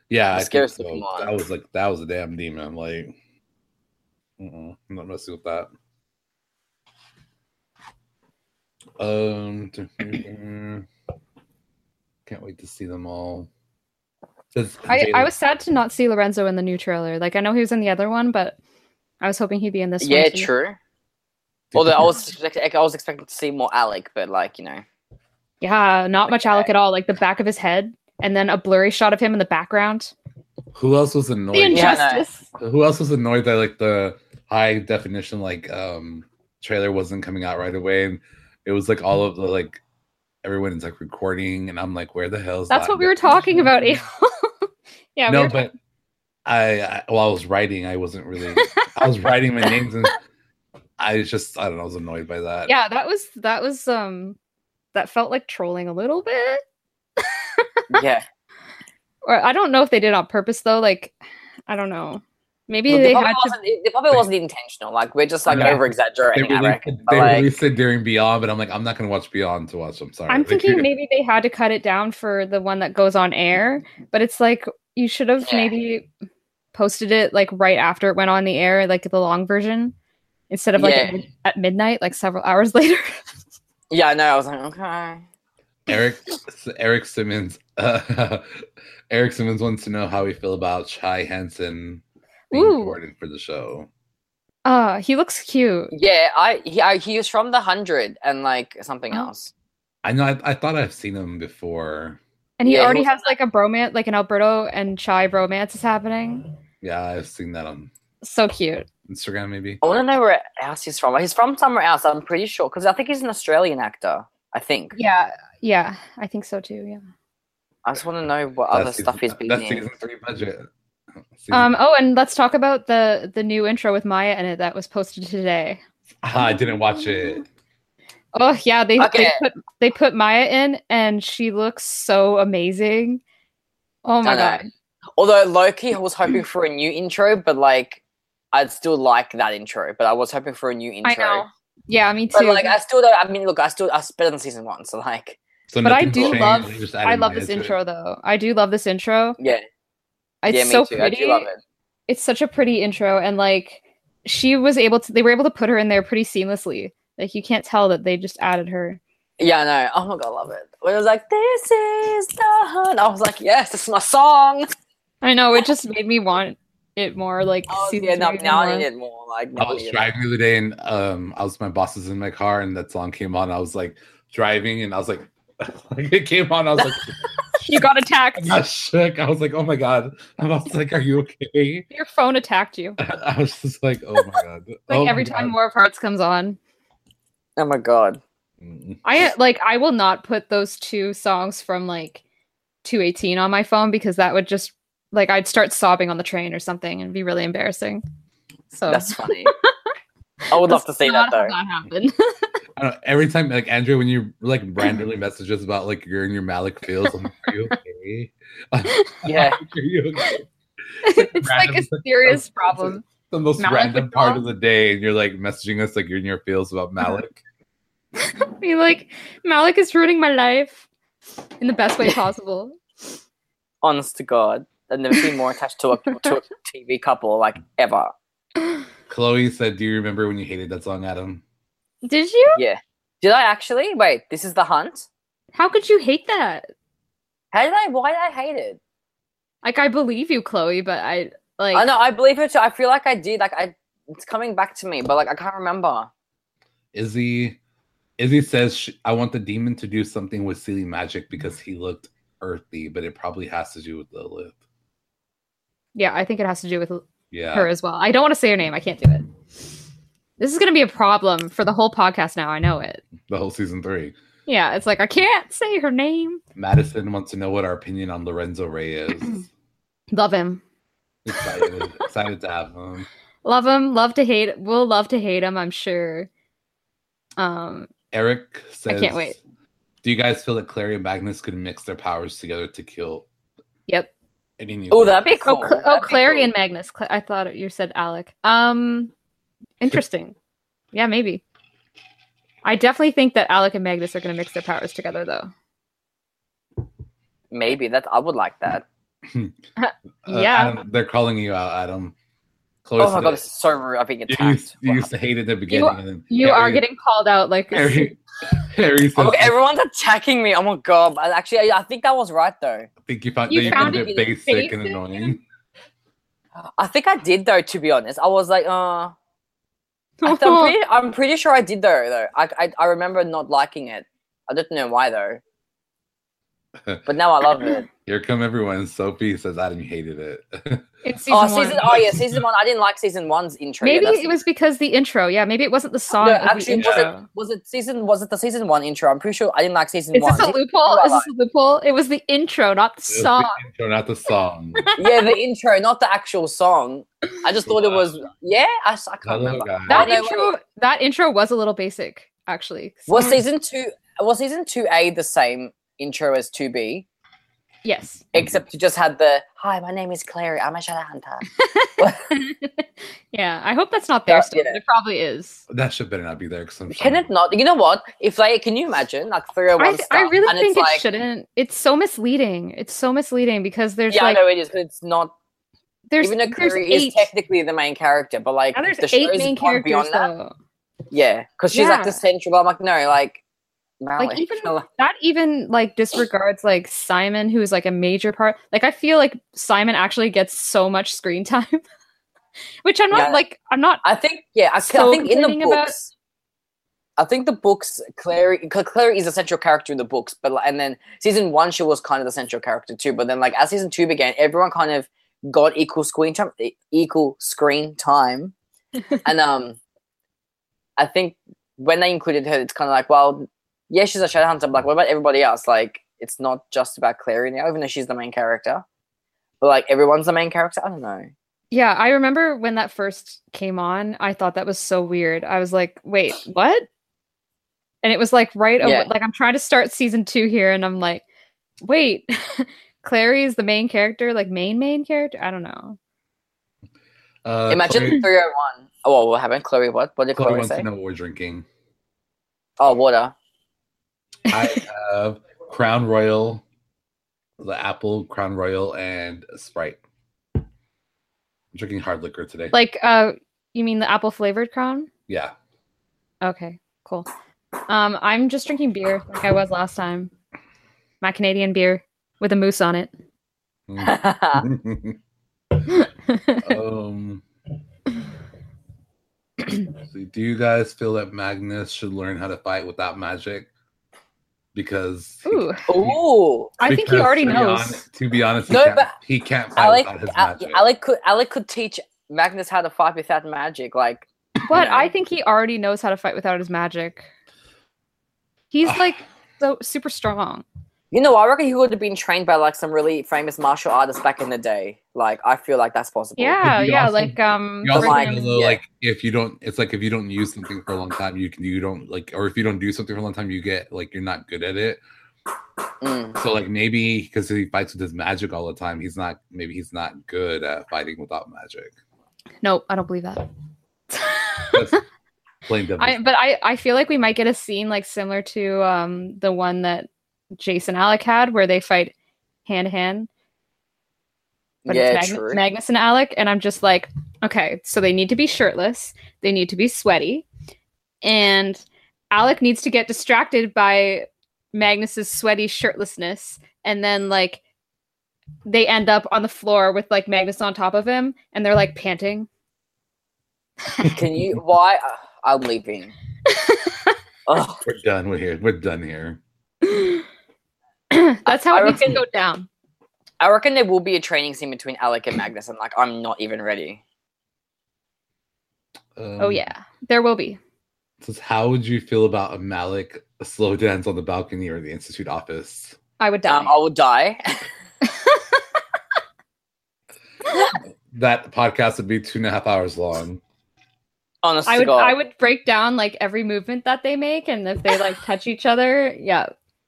[SPEAKER 2] yeah. I think
[SPEAKER 3] scariest
[SPEAKER 2] so.
[SPEAKER 3] looking one.
[SPEAKER 2] That was like that was a damn demon. Like, mm-mm, I'm not messing with that. Um, can't wait to see them all. Does-
[SPEAKER 4] I, I
[SPEAKER 2] Jalen-
[SPEAKER 4] was sad to not see Lorenzo in the new trailer. Like I know he was in the other one, but I was hoping he'd be in this one.
[SPEAKER 3] yeah,
[SPEAKER 4] too.
[SPEAKER 3] true. Although I was expecting, I was expecting to see more Alec, but like you know,
[SPEAKER 4] Yeah, not much
[SPEAKER 3] Okay.
[SPEAKER 4] Alec at all. Like the back of his head, and then a blurry shot of him in the background.
[SPEAKER 2] Who else was
[SPEAKER 4] The
[SPEAKER 2] annoyed?
[SPEAKER 3] Yeah, no.
[SPEAKER 4] injustice.
[SPEAKER 2] Who else was annoyed that like the high definition like um trailer wasn't coming out right away and It was like all of the like everyone's like recording, and I'm like, where the hell is
[SPEAKER 4] That's
[SPEAKER 2] Latin
[SPEAKER 4] what we were
[SPEAKER 2] America?
[SPEAKER 4] talking about. Abel. yeah. we
[SPEAKER 2] no,
[SPEAKER 4] were-
[SPEAKER 2] but I, I while I was writing, I wasn't really. I was writing my names, and I was just I don't know. I was annoyed by that.
[SPEAKER 4] yeah, that was that was um that felt like trolling a little bit.
[SPEAKER 3] yeah.
[SPEAKER 4] Or I don't know if they did on purpose though. Like I don't know. Maybe
[SPEAKER 3] Well,
[SPEAKER 4] they
[SPEAKER 3] the probably
[SPEAKER 4] had to
[SPEAKER 3] wasn't, it probably wasn't intentional. Like we're just like
[SPEAKER 2] Yeah.
[SPEAKER 3] over
[SPEAKER 2] They
[SPEAKER 3] exaggerating. I
[SPEAKER 2] released,
[SPEAKER 3] reckon. But
[SPEAKER 2] they
[SPEAKER 3] like,
[SPEAKER 2] released it during Beyond, but I'm like, I'm not gonna watch Beyond to watch. I'm sorry.
[SPEAKER 4] I'm
[SPEAKER 2] Like,
[SPEAKER 4] thinking maybe they had to cut it down for the one that goes on air, but it's like you should have
[SPEAKER 3] Yeah.
[SPEAKER 4] maybe posted it like right after it went on the air, like the long version, instead of like at,
[SPEAKER 3] Yeah.
[SPEAKER 4] mid- at midnight, like several hours later.
[SPEAKER 3] yeah, I know. I was like, okay.
[SPEAKER 2] Eric Eric Simmons. Uh, Eric Simmons wants to know how we feel about Chai Henson being
[SPEAKER 4] Ooh.
[SPEAKER 2] Jordan for the show.
[SPEAKER 4] Uh, he looks cute.
[SPEAKER 3] Yeah, I he, I, he was from the hundred and like something
[SPEAKER 4] Oh.
[SPEAKER 3] else.
[SPEAKER 2] I know. I, I thought I've seen him before.
[SPEAKER 4] And he
[SPEAKER 3] Yeah, he
[SPEAKER 4] already
[SPEAKER 3] looks
[SPEAKER 4] has like a bromance, like an Alberto and Chai bromance is happening.
[SPEAKER 2] Yeah, I've seen that on
[SPEAKER 4] So cute.
[SPEAKER 2] Instagram. Maybe
[SPEAKER 3] I want to know where else he's from. He's from somewhere else. I'm pretty sure because I think he's an Australian actor. I think.
[SPEAKER 4] Yeah. Yeah. I think so too. Yeah.
[SPEAKER 3] I just want to know what
[SPEAKER 2] That's
[SPEAKER 3] other
[SPEAKER 2] season-
[SPEAKER 3] stuff he's been
[SPEAKER 2] That's
[SPEAKER 3] in.
[SPEAKER 2] season three budget. Season-
[SPEAKER 4] Um, oh, and let's talk about the the new intro with Maya in it that was posted today.
[SPEAKER 2] Ah, I didn't watch it.
[SPEAKER 4] Oh yeah, they,
[SPEAKER 3] Okay.
[SPEAKER 4] they put they put Maya in, and she looks so amazing. Oh my
[SPEAKER 3] I know.
[SPEAKER 4] god,
[SPEAKER 3] Although Loki, I was hoping for a new intro, but like, I'd still like that intro. But I was hoping for a new intro.
[SPEAKER 4] I know. Yeah, me
[SPEAKER 3] But
[SPEAKER 4] too.
[SPEAKER 3] like, I still don't. I mean, look, I still I better than season one. So like,
[SPEAKER 2] So
[SPEAKER 4] but I
[SPEAKER 2] nothing's
[SPEAKER 4] do
[SPEAKER 2] changed,
[SPEAKER 4] love-
[SPEAKER 2] they just
[SPEAKER 4] I
[SPEAKER 2] added
[SPEAKER 4] love
[SPEAKER 2] Maya
[SPEAKER 4] this
[SPEAKER 2] to it.
[SPEAKER 4] intro though. I do love this intro.
[SPEAKER 3] yeah,
[SPEAKER 4] It's
[SPEAKER 3] yeah, me
[SPEAKER 4] so
[SPEAKER 3] too.
[SPEAKER 4] pretty.
[SPEAKER 3] I do love it.
[SPEAKER 4] It's such a pretty intro, and like she was able to. They were able to put her in there pretty seamlessly. Like you can't tell that they just added her.
[SPEAKER 3] Yeah, I know. Oh my god, I love it. When it was like, this is the hunt, I was like, yes, this is my song.
[SPEAKER 4] I know it just made me want it more. Like
[SPEAKER 3] Oh,
[SPEAKER 4] season
[SPEAKER 3] yeah, now,
[SPEAKER 4] three
[SPEAKER 3] now I
[SPEAKER 4] more.
[SPEAKER 3] need it more. Like, now
[SPEAKER 2] I was
[SPEAKER 3] need it more.
[SPEAKER 2] driving the other day and um I was my boss was in my car and that song came on. I was like driving and I was like like it came on. I was like
[SPEAKER 4] you got attacked.
[SPEAKER 2] I got shook. I was like, oh my god. I was like, are you okay?
[SPEAKER 4] Your phone attacked you.
[SPEAKER 2] I was just like, oh my god.
[SPEAKER 4] Like every time War of Hearts comes on.
[SPEAKER 3] Oh my god.
[SPEAKER 2] more
[SPEAKER 4] I like I will not put those two songs from like 218 on my phone because that would just like I'd start sobbing on the train or something and be really embarrassing. So
[SPEAKER 3] That's funny. I would love to see that
[SPEAKER 4] not
[SPEAKER 3] though.
[SPEAKER 4] Not happen.
[SPEAKER 2] I don't know, every time like Andrew, when you like randomly message us about like you're in your Malik fields, I'm like, are you okay?
[SPEAKER 3] Yeah.
[SPEAKER 2] are you okay?
[SPEAKER 4] it's like a
[SPEAKER 2] Random-
[SPEAKER 4] serious problem.
[SPEAKER 2] The most
[SPEAKER 4] Malik
[SPEAKER 2] random part
[SPEAKER 4] withdrawal?
[SPEAKER 2] of the day, and you're like messaging us like you're in your feels about Malik.
[SPEAKER 4] Be like Malik is ruining my life in the best way possible.
[SPEAKER 3] Honest to God. I've never been more attached to a to a TV couple like ever.
[SPEAKER 2] Chloe said, "Do you remember when you hated that song, Adam?"
[SPEAKER 4] Did you?
[SPEAKER 3] Yeah. Did I actually? Wait, this is the hunt?
[SPEAKER 4] How could you hate that?
[SPEAKER 3] How did I why did I hate it?
[SPEAKER 4] Like I believe you, Chloe, but I like
[SPEAKER 3] I know, I believe it too. I feel like I did. Like I it's coming back to me, but like I can't remember.
[SPEAKER 2] Izzy, Izzy says, sh "I want the demon to do something with Sealy magic because he looked earthy, but it probably has to do with Lilith."
[SPEAKER 4] Yeah, I think it has to do with
[SPEAKER 2] Yeah,
[SPEAKER 4] her as well. I don't want to say her name. I can't do it. This is going to be a problem for the whole podcast now. I know it.
[SPEAKER 2] the whole season three.
[SPEAKER 4] Yeah, it's like I can't say her name.
[SPEAKER 2] Madison wants to know what our opinion on Lorenzo Ray is.
[SPEAKER 4] Love him.
[SPEAKER 2] excited, excited to have him.
[SPEAKER 4] Love him. Love to hate. Will love to hate him, I'm sure. Um
[SPEAKER 2] Eric says,
[SPEAKER 4] can't wait.
[SPEAKER 2] Do you guys feel that Clary and Magnus could mix their powers together to kill
[SPEAKER 4] yep.
[SPEAKER 2] any new?
[SPEAKER 3] Oh, that'd be cool.
[SPEAKER 4] Oh, Cl- oh
[SPEAKER 3] That'd be
[SPEAKER 4] Clary
[SPEAKER 3] cool.
[SPEAKER 4] and Magnus. Cla- I thought you said Alec. Um interesting. yeah, maybe. I definitely think that Alec and Magnus are going to mix their powers together though.
[SPEAKER 3] Maybe that I would like that.
[SPEAKER 4] yeah.
[SPEAKER 2] Uh, Adam, they're calling you out, Adam. Chloe
[SPEAKER 3] Oh my
[SPEAKER 2] said,
[SPEAKER 3] god, it's so rude. I've been
[SPEAKER 2] You used,
[SPEAKER 3] attacked.
[SPEAKER 2] you
[SPEAKER 3] Wow.
[SPEAKER 2] used to hate it at the beginning. and then
[SPEAKER 4] You are
[SPEAKER 2] Harry-
[SPEAKER 4] getting called out like
[SPEAKER 2] Harry. Harry says,
[SPEAKER 3] Oh my God, everyone's attacking me. Oh my god! I actually, I I think that was right though.
[SPEAKER 2] I think you found
[SPEAKER 4] You
[SPEAKER 2] that you
[SPEAKER 4] found
[SPEAKER 3] it
[SPEAKER 2] found it basic, and
[SPEAKER 4] basic?
[SPEAKER 2] annoying.
[SPEAKER 3] I think I did though. To be honest, I was like, uh, I th- I'm, pretty, I'm pretty sure I did though. Though I, I, I remember not liking it. I don't know why though. But now I love it.
[SPEAKER 2] Here come everyone. Sophie says Adam hated it.
[SPEAKER 4] in season
[SPEAKER 3] oh,
[SPEAKER 4] one.
[SPEAKER 3] season. Oh yeah, season one. I didn't like season one's intro. yeah,
[SPEAKER 4] Maybe
[SPEAKER 3] that's-
[SPEAKER 4] it was because the intro. Yeah, maybe it wasn't the song.
[SPEAKER 3] No,
[SPEAKER 4] it was
[SPEAKER 3] actually,
[SPEAKER 4] the
[SPEAKER 3] it wasn't-
[SPEAKER 4] intro.
[SPEAKER 3] was it season. Was it the season one intro? I'm pretty sure I didn't like season
[SPEAKER 4] Is
[SPEAKER 3] one.
[SPEAKER 4] this a loophole?
[SPEAKER 3] Well,
[SPEAKER 4] Is this a loophole? It was the intro, not the song.
[SPEAKER 2] intro, not the song.
[SPEAKER 3] yeah, the intro, not the actual song. I just thought it was. Yeah, I, s- I can't
[SPEAKER 2] Hello,
[SPEAKER 3] remember.
[SPEAKER 2] guys.
[SPEAKER 4] That
[SPEAKER 3] no,
[SPEAKER 4] intro. That intro was a little basic, actually.
[SPEAKER 3] Was season two? Was season two A the same intro as two B?
[SPEAKER 4] Yes.
[SPEAKER 3] Except you just had the "Hi, my name is Clary. I'm a shadow hunter."
[SPEAKER 4] yeah, I hope that's not there
[SPEAKER 3] Yeah,
[SPEAKER 4] still.
[SPEAKER 3] yeah.
[SPEAKER 4] It probably is.
[SPEAKER 2] That should better not be there because I'm
[SPEAKER 3] Can
[SPEAKER 2] sure-
[SPEAKER 3] it not? You know what? If they can you imagine like three hundred
[SPEAKER 4] I,
[SPEAKER 3] one
[SPEAKER 4] th-
[SPEAKER 3] stuff?
[SPEAKER 4] I really
[SPEAKER 3] and it's
[SPEAKER 4] think
[SPEAKER 3] like,
[SPEAKER 4] it shouldn't. It's so misleading. It's so misleading because there's
[SPEAKER 3] Yeah,
[SPEAKER 4] like
[SPEAKER 3] I know it is, but it's not.
[SPEAKER 4] there's
[SPEAKER 3] even though
[SPEAKER 4] there's
[SPEAKER 3] Clary is
[SPEAKER 4] eight.
[SPEAKER 3] technically the main character, but like
[SPEAKER 4] Now there's
[SPEAKER 3] the show
[SPEAKER 4] eight
[SPEAKER 3] is
[SPEAKER 4] main
[SPEAKER 3] gone
[SPEAKER 4] characters
[SPEAKER 3] beyond that.
[SPEAKER 4] though.
[SPEAKER 3] Yeah, because she's like
[SPEAKER 4] Yeah.
[SPEAKER 3] the central. I'm like, no, like, Mally.
[SPEAKER 4] Like even that even like disregards like Simon, who is like a major part. Like I feel like Simon actually gets so much screen time, which I'm not
[SPEAKER 3] Yeah.
[SPEAKER 4] like I'm not
[SPEAKER 3] I think, yeah, I,
[SPEAKER 4] So
[SPEAKER 3] I think in the
[SPEAKER 4] complaining about-
[SPEAKER 3] books, I think the books, Clary, because Clary is a central character in the books, but like, and then season one, she was kind of the central character too. But then, like, as season two began, everyone kind of got equal screen time, e- equal screen time, and um, I think when they included her, it's kind of like, well, yeah, she's a shadow hunter, but like, what about everybody else? Like, it's not just about Clary now, even though she's the main character. But like everyone's the main character. I don't know.
[SPEAKER 4] Yeah, I remember when that first came on, I thought that was so weird. I was like, wait, what? And it was like right away,
[SPEAKER 3] Yeah.
[SPEAKER 4] like I'm trying to start season two here, and I'm like, wait, Clary is the main character, like main main character? I don't know.
[SPEAKER 2] Uh,
[SPEAKER 3] Imagine
[SPEAKER 2] Chloe,
[SPEAKER 3] three hundred one. Oh, what happened, Chloe? What? What did
[SPEAKER 2] Chloe
[SPEAKER 3] Chloe,
[SPEAKER 2] wants
[SPEAKER 3] say?
[SPEAKER 2] to know what we're drinking.
[SPEAKER 3] Oh, water.
[SPEAKER 2] I have Crown Royal, the apple Crown Royal, and Sprite. I'm drinking hard liquor today.
[SPEAKER 4] Like, uh, you mean the apple flavored crown?
[SPEAKER 2] yeah.
[SPEAKER 4] Okay, cool. Um, I'm just drinking beer like I was last time. My Canadian beer with a moose on it.
[SPEAKER 2] Mm.
[SPEAKER 3] I
[SPEAKER 2] um, let's see, do you guys feel that Magnus should learn how to fight without magic? Because he-
[SPEAKER 4] Ooh,
[SPEAKER 3] Ooh,
[SPEAKER 4] I think he
[SPEAKER 2] because
[SPEAKER 4] already
[SPEAKER 2] to be
[SPEAKER 4] knows.
[SPEAKER 2] hon- to be honest, he,
[SPEAKER 3] No,
[SPEAKER 2] can't,
[SPEAKER 3] but
[SPEAKER 2] he can't fight
[SPEAKER 3] Alec,
[SPEAKER 2] without his
[SPEAKER 3] Al-
[SPEAKER 2] magic.
[SPEAKER 3] Alec could Alec could teach Magnus how to fight without magic. Like,
[SPEAKER 4] But
[SPEAKER 3] know?
[SPEAKER 4] I think he already knows how to fight without his magic. He's
[SPEAKER 2] Ah.
[SPEAKER 4] like so super strong.
[SPEAKER 3] you know, I reckon he would have been trained by like some really famous martial artist back in the day. Like, I feel like that's possible.
[SPEAKER 4] Yeah,
[SPEAKER 2] But you
[SPEAKER 4] yeah.
[SPEAKER 2] also-
[SPEAKER 4] like um,
[SPEAKER 2] You also
[SPEAKER 4] for
[SPEAKER 3] Like,
[SPEAKER 2] know,
[SPEAKER 4] him-
[SPEAKER 2] though,
[SPEAKER 3] yeah.
[SPEAKER 2] like if you don't, it's like if you don't use something for a long time, you can you don't like, or if you don't do something for a long time, you get like you're not good at it.
[SPEAKER 3] Mm.
[SPEAKER 2] So like maybe because he fights with his magic all the time, he's not maybe he's not good at fighting without magic.
[SPEAKER 4] no, I don't believe that.
[SPEAKER 2] That's plain devil's
[SPEAKER 4] I, but I, I feel like we might get a scene like similar to um the one that Jason Alec had where they fight hand to hand. but
[SPEAKER 3] yeah,
[SPEAKER 4] it's Mag-
[SPEAKER 3] true.
[SPEAKER 4] Magnus and Alec, and I'm just like, okay, so they need to be shirtless, they need to be sweaty, and Alec needs to get distracted by Magnus's sweaty shirtlessness, and then like they end up on the floor with like Magnus on top of him, and they're like panting.
[SPEAKER 3] Can you? Why? Uh, I'm leaving. Ugh.
[SPEAKER 2] We're done. We're here. We're done here.
[SPEAKER 4] That's how
[SPEAKER 3] I
[SPEAKER 4] it needs to
[SPEAKER 3] reckon-
[SPEAKER 4] go down.
[SPEAKER 3] I reckon there will be a training scene between Alec and Magnus, and like, I'm not even ready.
[SPEAKER 2] Um,
[SPEAKER 4] Oh yeah, there will be.
[SPEAKER 2] Says, how would you feel about a Malik slow dance on the balcony or the institute office?
[SPEAKER 4] I would die.
[SPEAKER 3] Um, I will die.
[SPEAKER 2] That podcast would be two and a half hours long.
[SPEAKER 3] Honest
[SPEAKER 4] I
[SPEAKER 3] to
[SPEAKER 4] would
[SPEAKER 3] God.
[SPEAKER 4] I would break down like every movement that they make, and if they like touch each other, yeah,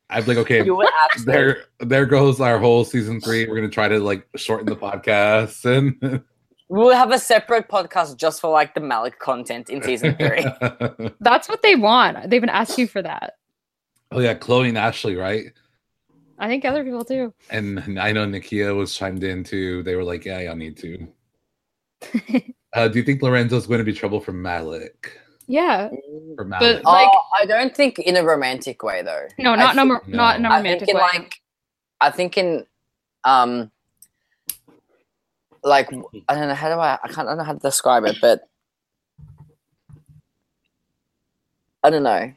[SPEAKER 2] I'd be like, okay,
[SPEAKER 3] You would absolutely.
[SPEAKER 2] there there goes our whole season three. We're gonna try to like shorten the podcast and
[SPEAKER 3] We'll have a separate podcast just for like the Malik content in season three.
[SPEAKER 4] That's what they want. They've been asking for that.
[SPEAKER 2] oh yeah, Chloe and Ashley, right?
[SPEAKER 4] I think other people do.
[SPEAKER 2] And I know Nikia was chimed in too. They were like, Yeah, y'all need to. uh, do you think Lorenzo's gonna be trouble for Malik?
[SPEAKER 4] Yeah.
[SPEAKER 2] For Malik.
[SPEAKER 4] Like-
[SPEAKER 3] oh, I don't think in a romantic way though.
[SPEAKER 4] No,
[SPEAKER 3] I
[SPEAKER 4] not
[SPEAKER 3] thi-
[SPEAKER 4] number,
[SPEAKER 2] no.
[SPEAKER 4] not in a
[SPEAKER 3] I
[SPEAKER 4] romantic
[SPEAKER 3] think in
[SPEAKER 4] way.
[SPEAKER 3] like, I think in, um, like I don't know how do I I can't I don't know how to describe it, but I don't know.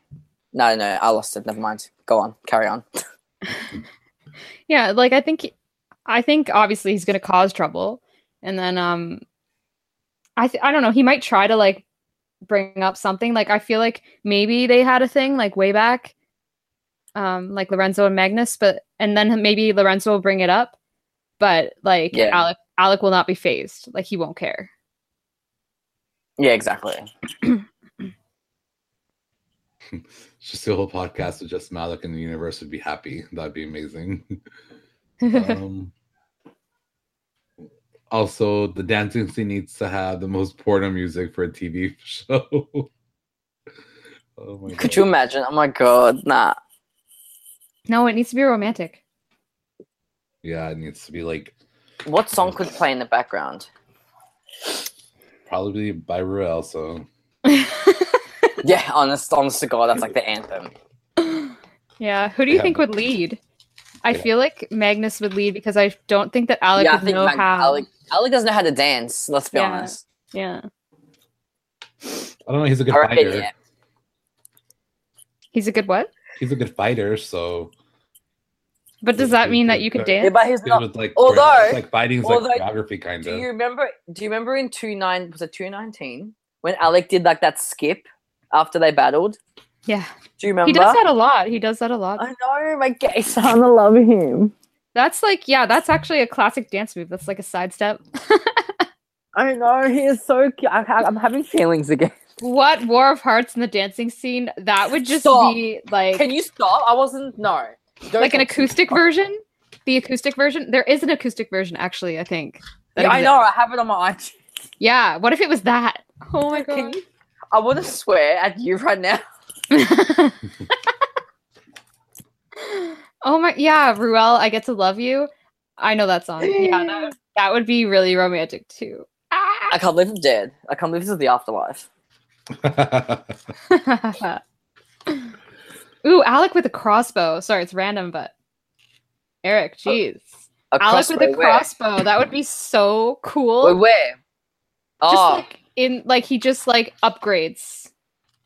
[SPEAKER 3] No, no, I lost it. Never mind. Go on, carry on.
[SPEAKER 4] yeah, like I think I think obviously he's going to cause trouble and then um I th- I don't know, he might try to like bring up something like I feel like maybe they had a thing like way back um like Lorenzo and Magnus but and then maybe Lorenzo will bring it up but like
[SPEAKER 3] Yeah.
[SPEAKER 4] Alec Alec will not be phased. Like he won't care.
[SPEAKER 3] Yeah, exactly.
[SPEAKER 2] Just do a whole podcast with just Malik and the universe would be happy. That'd be amazing. um, also, the dancing scene needs to have the most porno music for a TV show. oh my
[SPEAKER 3] Could you imagine? Oh my god, nah.
[SPEAKER 4] no, it needs to be romantic.
[SPEAKER 2] Yeah, it needs to be like
[SPEAKER 3] What song could play in the background?
[SPEAKER 2] probably by Ruel. So
[SPEAKER 3] Yeah, honest, honest to god, that's like the anthem.
[SPEAKER 4] yeah, who do you
[SPEAKER 2] Yeah.
[SPEAKER 4] think would lead? I
[SPEAKER 2] Yeah.
[SPEAKER 4] feel like Magnus would lead because I don't think that Alec
[SPEAKER 3] yeah, I
[SPEAKER 4] would
[SPEAKER 3] think
[SPEAKER 4] know
[SPEAKER 3] Mag-
[SPEAKER 4] how.
[SPEAKER 3] Alec, Alec doesn't know how to dance. Let's be
[SPEAKER 4] Yeah.
[SPEAKER 3] honest.
[SPEAKER 4] yeah,
[SPEAKER 2] I don't know. He's a good
[SPEAKER 3] I reckon,
[SPEAKER 2] fighter.
[SPEAKER 3] yeah.
[SPEAKER 4] he's a good what?
[SPEAKER 2] He's a good fighter. So
[SPEAKER 4] But does that mean that you could
[SPEAKER 2] Yeah,
[SPEAKER 3] Yeah,
[SPEAKER 4] dance?
[SPEAKER 3] but he's
[SPEAKER 2] It
[SPEAKER 3] not.
[SPEAKER 2] was like
[SPEAKER 3] Although-
[SPEAKER 2] chore- it's like fighting's
[SPEAKER 3] although-
[SPEAKER 2] like choreography kind
[SPEAKER 3] Do
[SPEAKER 2] of.
[SPEAKER 3] you remember? Do you remember in two nine was it two nineteen when Alec did like that skip after they battled?
[SPEAKER 4] Yeah,
[SPEAKER 3] Do you remember?
[SPEAKER 4] he does that a lot. He does that a lot.
[SPEAKER 3] I know my gay son. I love him.
[SPEAKER 4] That's like yeah, that's actually a classic dance move. That's like a sidestep.
[SPEAKER 3] I know he is so cute. I, I, I'm having feelings again.
[SPEAKER 4] what War of Hearts in the dancing scene? That would just
[SPEAKER 3] Stop.
[SPEAKER 4] be like
[SPEAKER 3] Can you stop? I wasn't. No. Don't
[SPEAKER 4] like an
[SPEAKER 3] talk-
[SPEAKER 4] acoustic version. The acoustic version. There is an acoustic version actually. I think. that
[SPEAKER 3] Yeah, I
[SPEAKER 4] exists.
[SPEAKER 3] know. I have it on my iTunes.
[SPEAKER 4] Yeah. What if it was that? Oh my
[SPEAKER 3] Can
[SPEAKER 4] god.
[SPEAKER 3] you? I want to swear at you right now.
[SPEAKER 4] oh my yeah, Ruel, I get to love you. I know that song. Yeah, that, that would be really romantic too.
[SPEAKER 3] I can't believe I'm dead. I can't believe this is the afterlife.
[SPEAKER 4] Ooh, Alec with a crossbow. Sorry, it's random, but Eric, jeez.
[SPEAKER 3] A
[SPEAKER 4] Alec with a
[SPEAKER 3] crossbow, where?
[SPEAKER 4] crossbow. That would be so cool.
[SPEAKER 3] Wait, where?
[SPEAKER 4] Just
[SPEAKER 3] Oh.
[SPEAKER 4] like in like he just like upgrades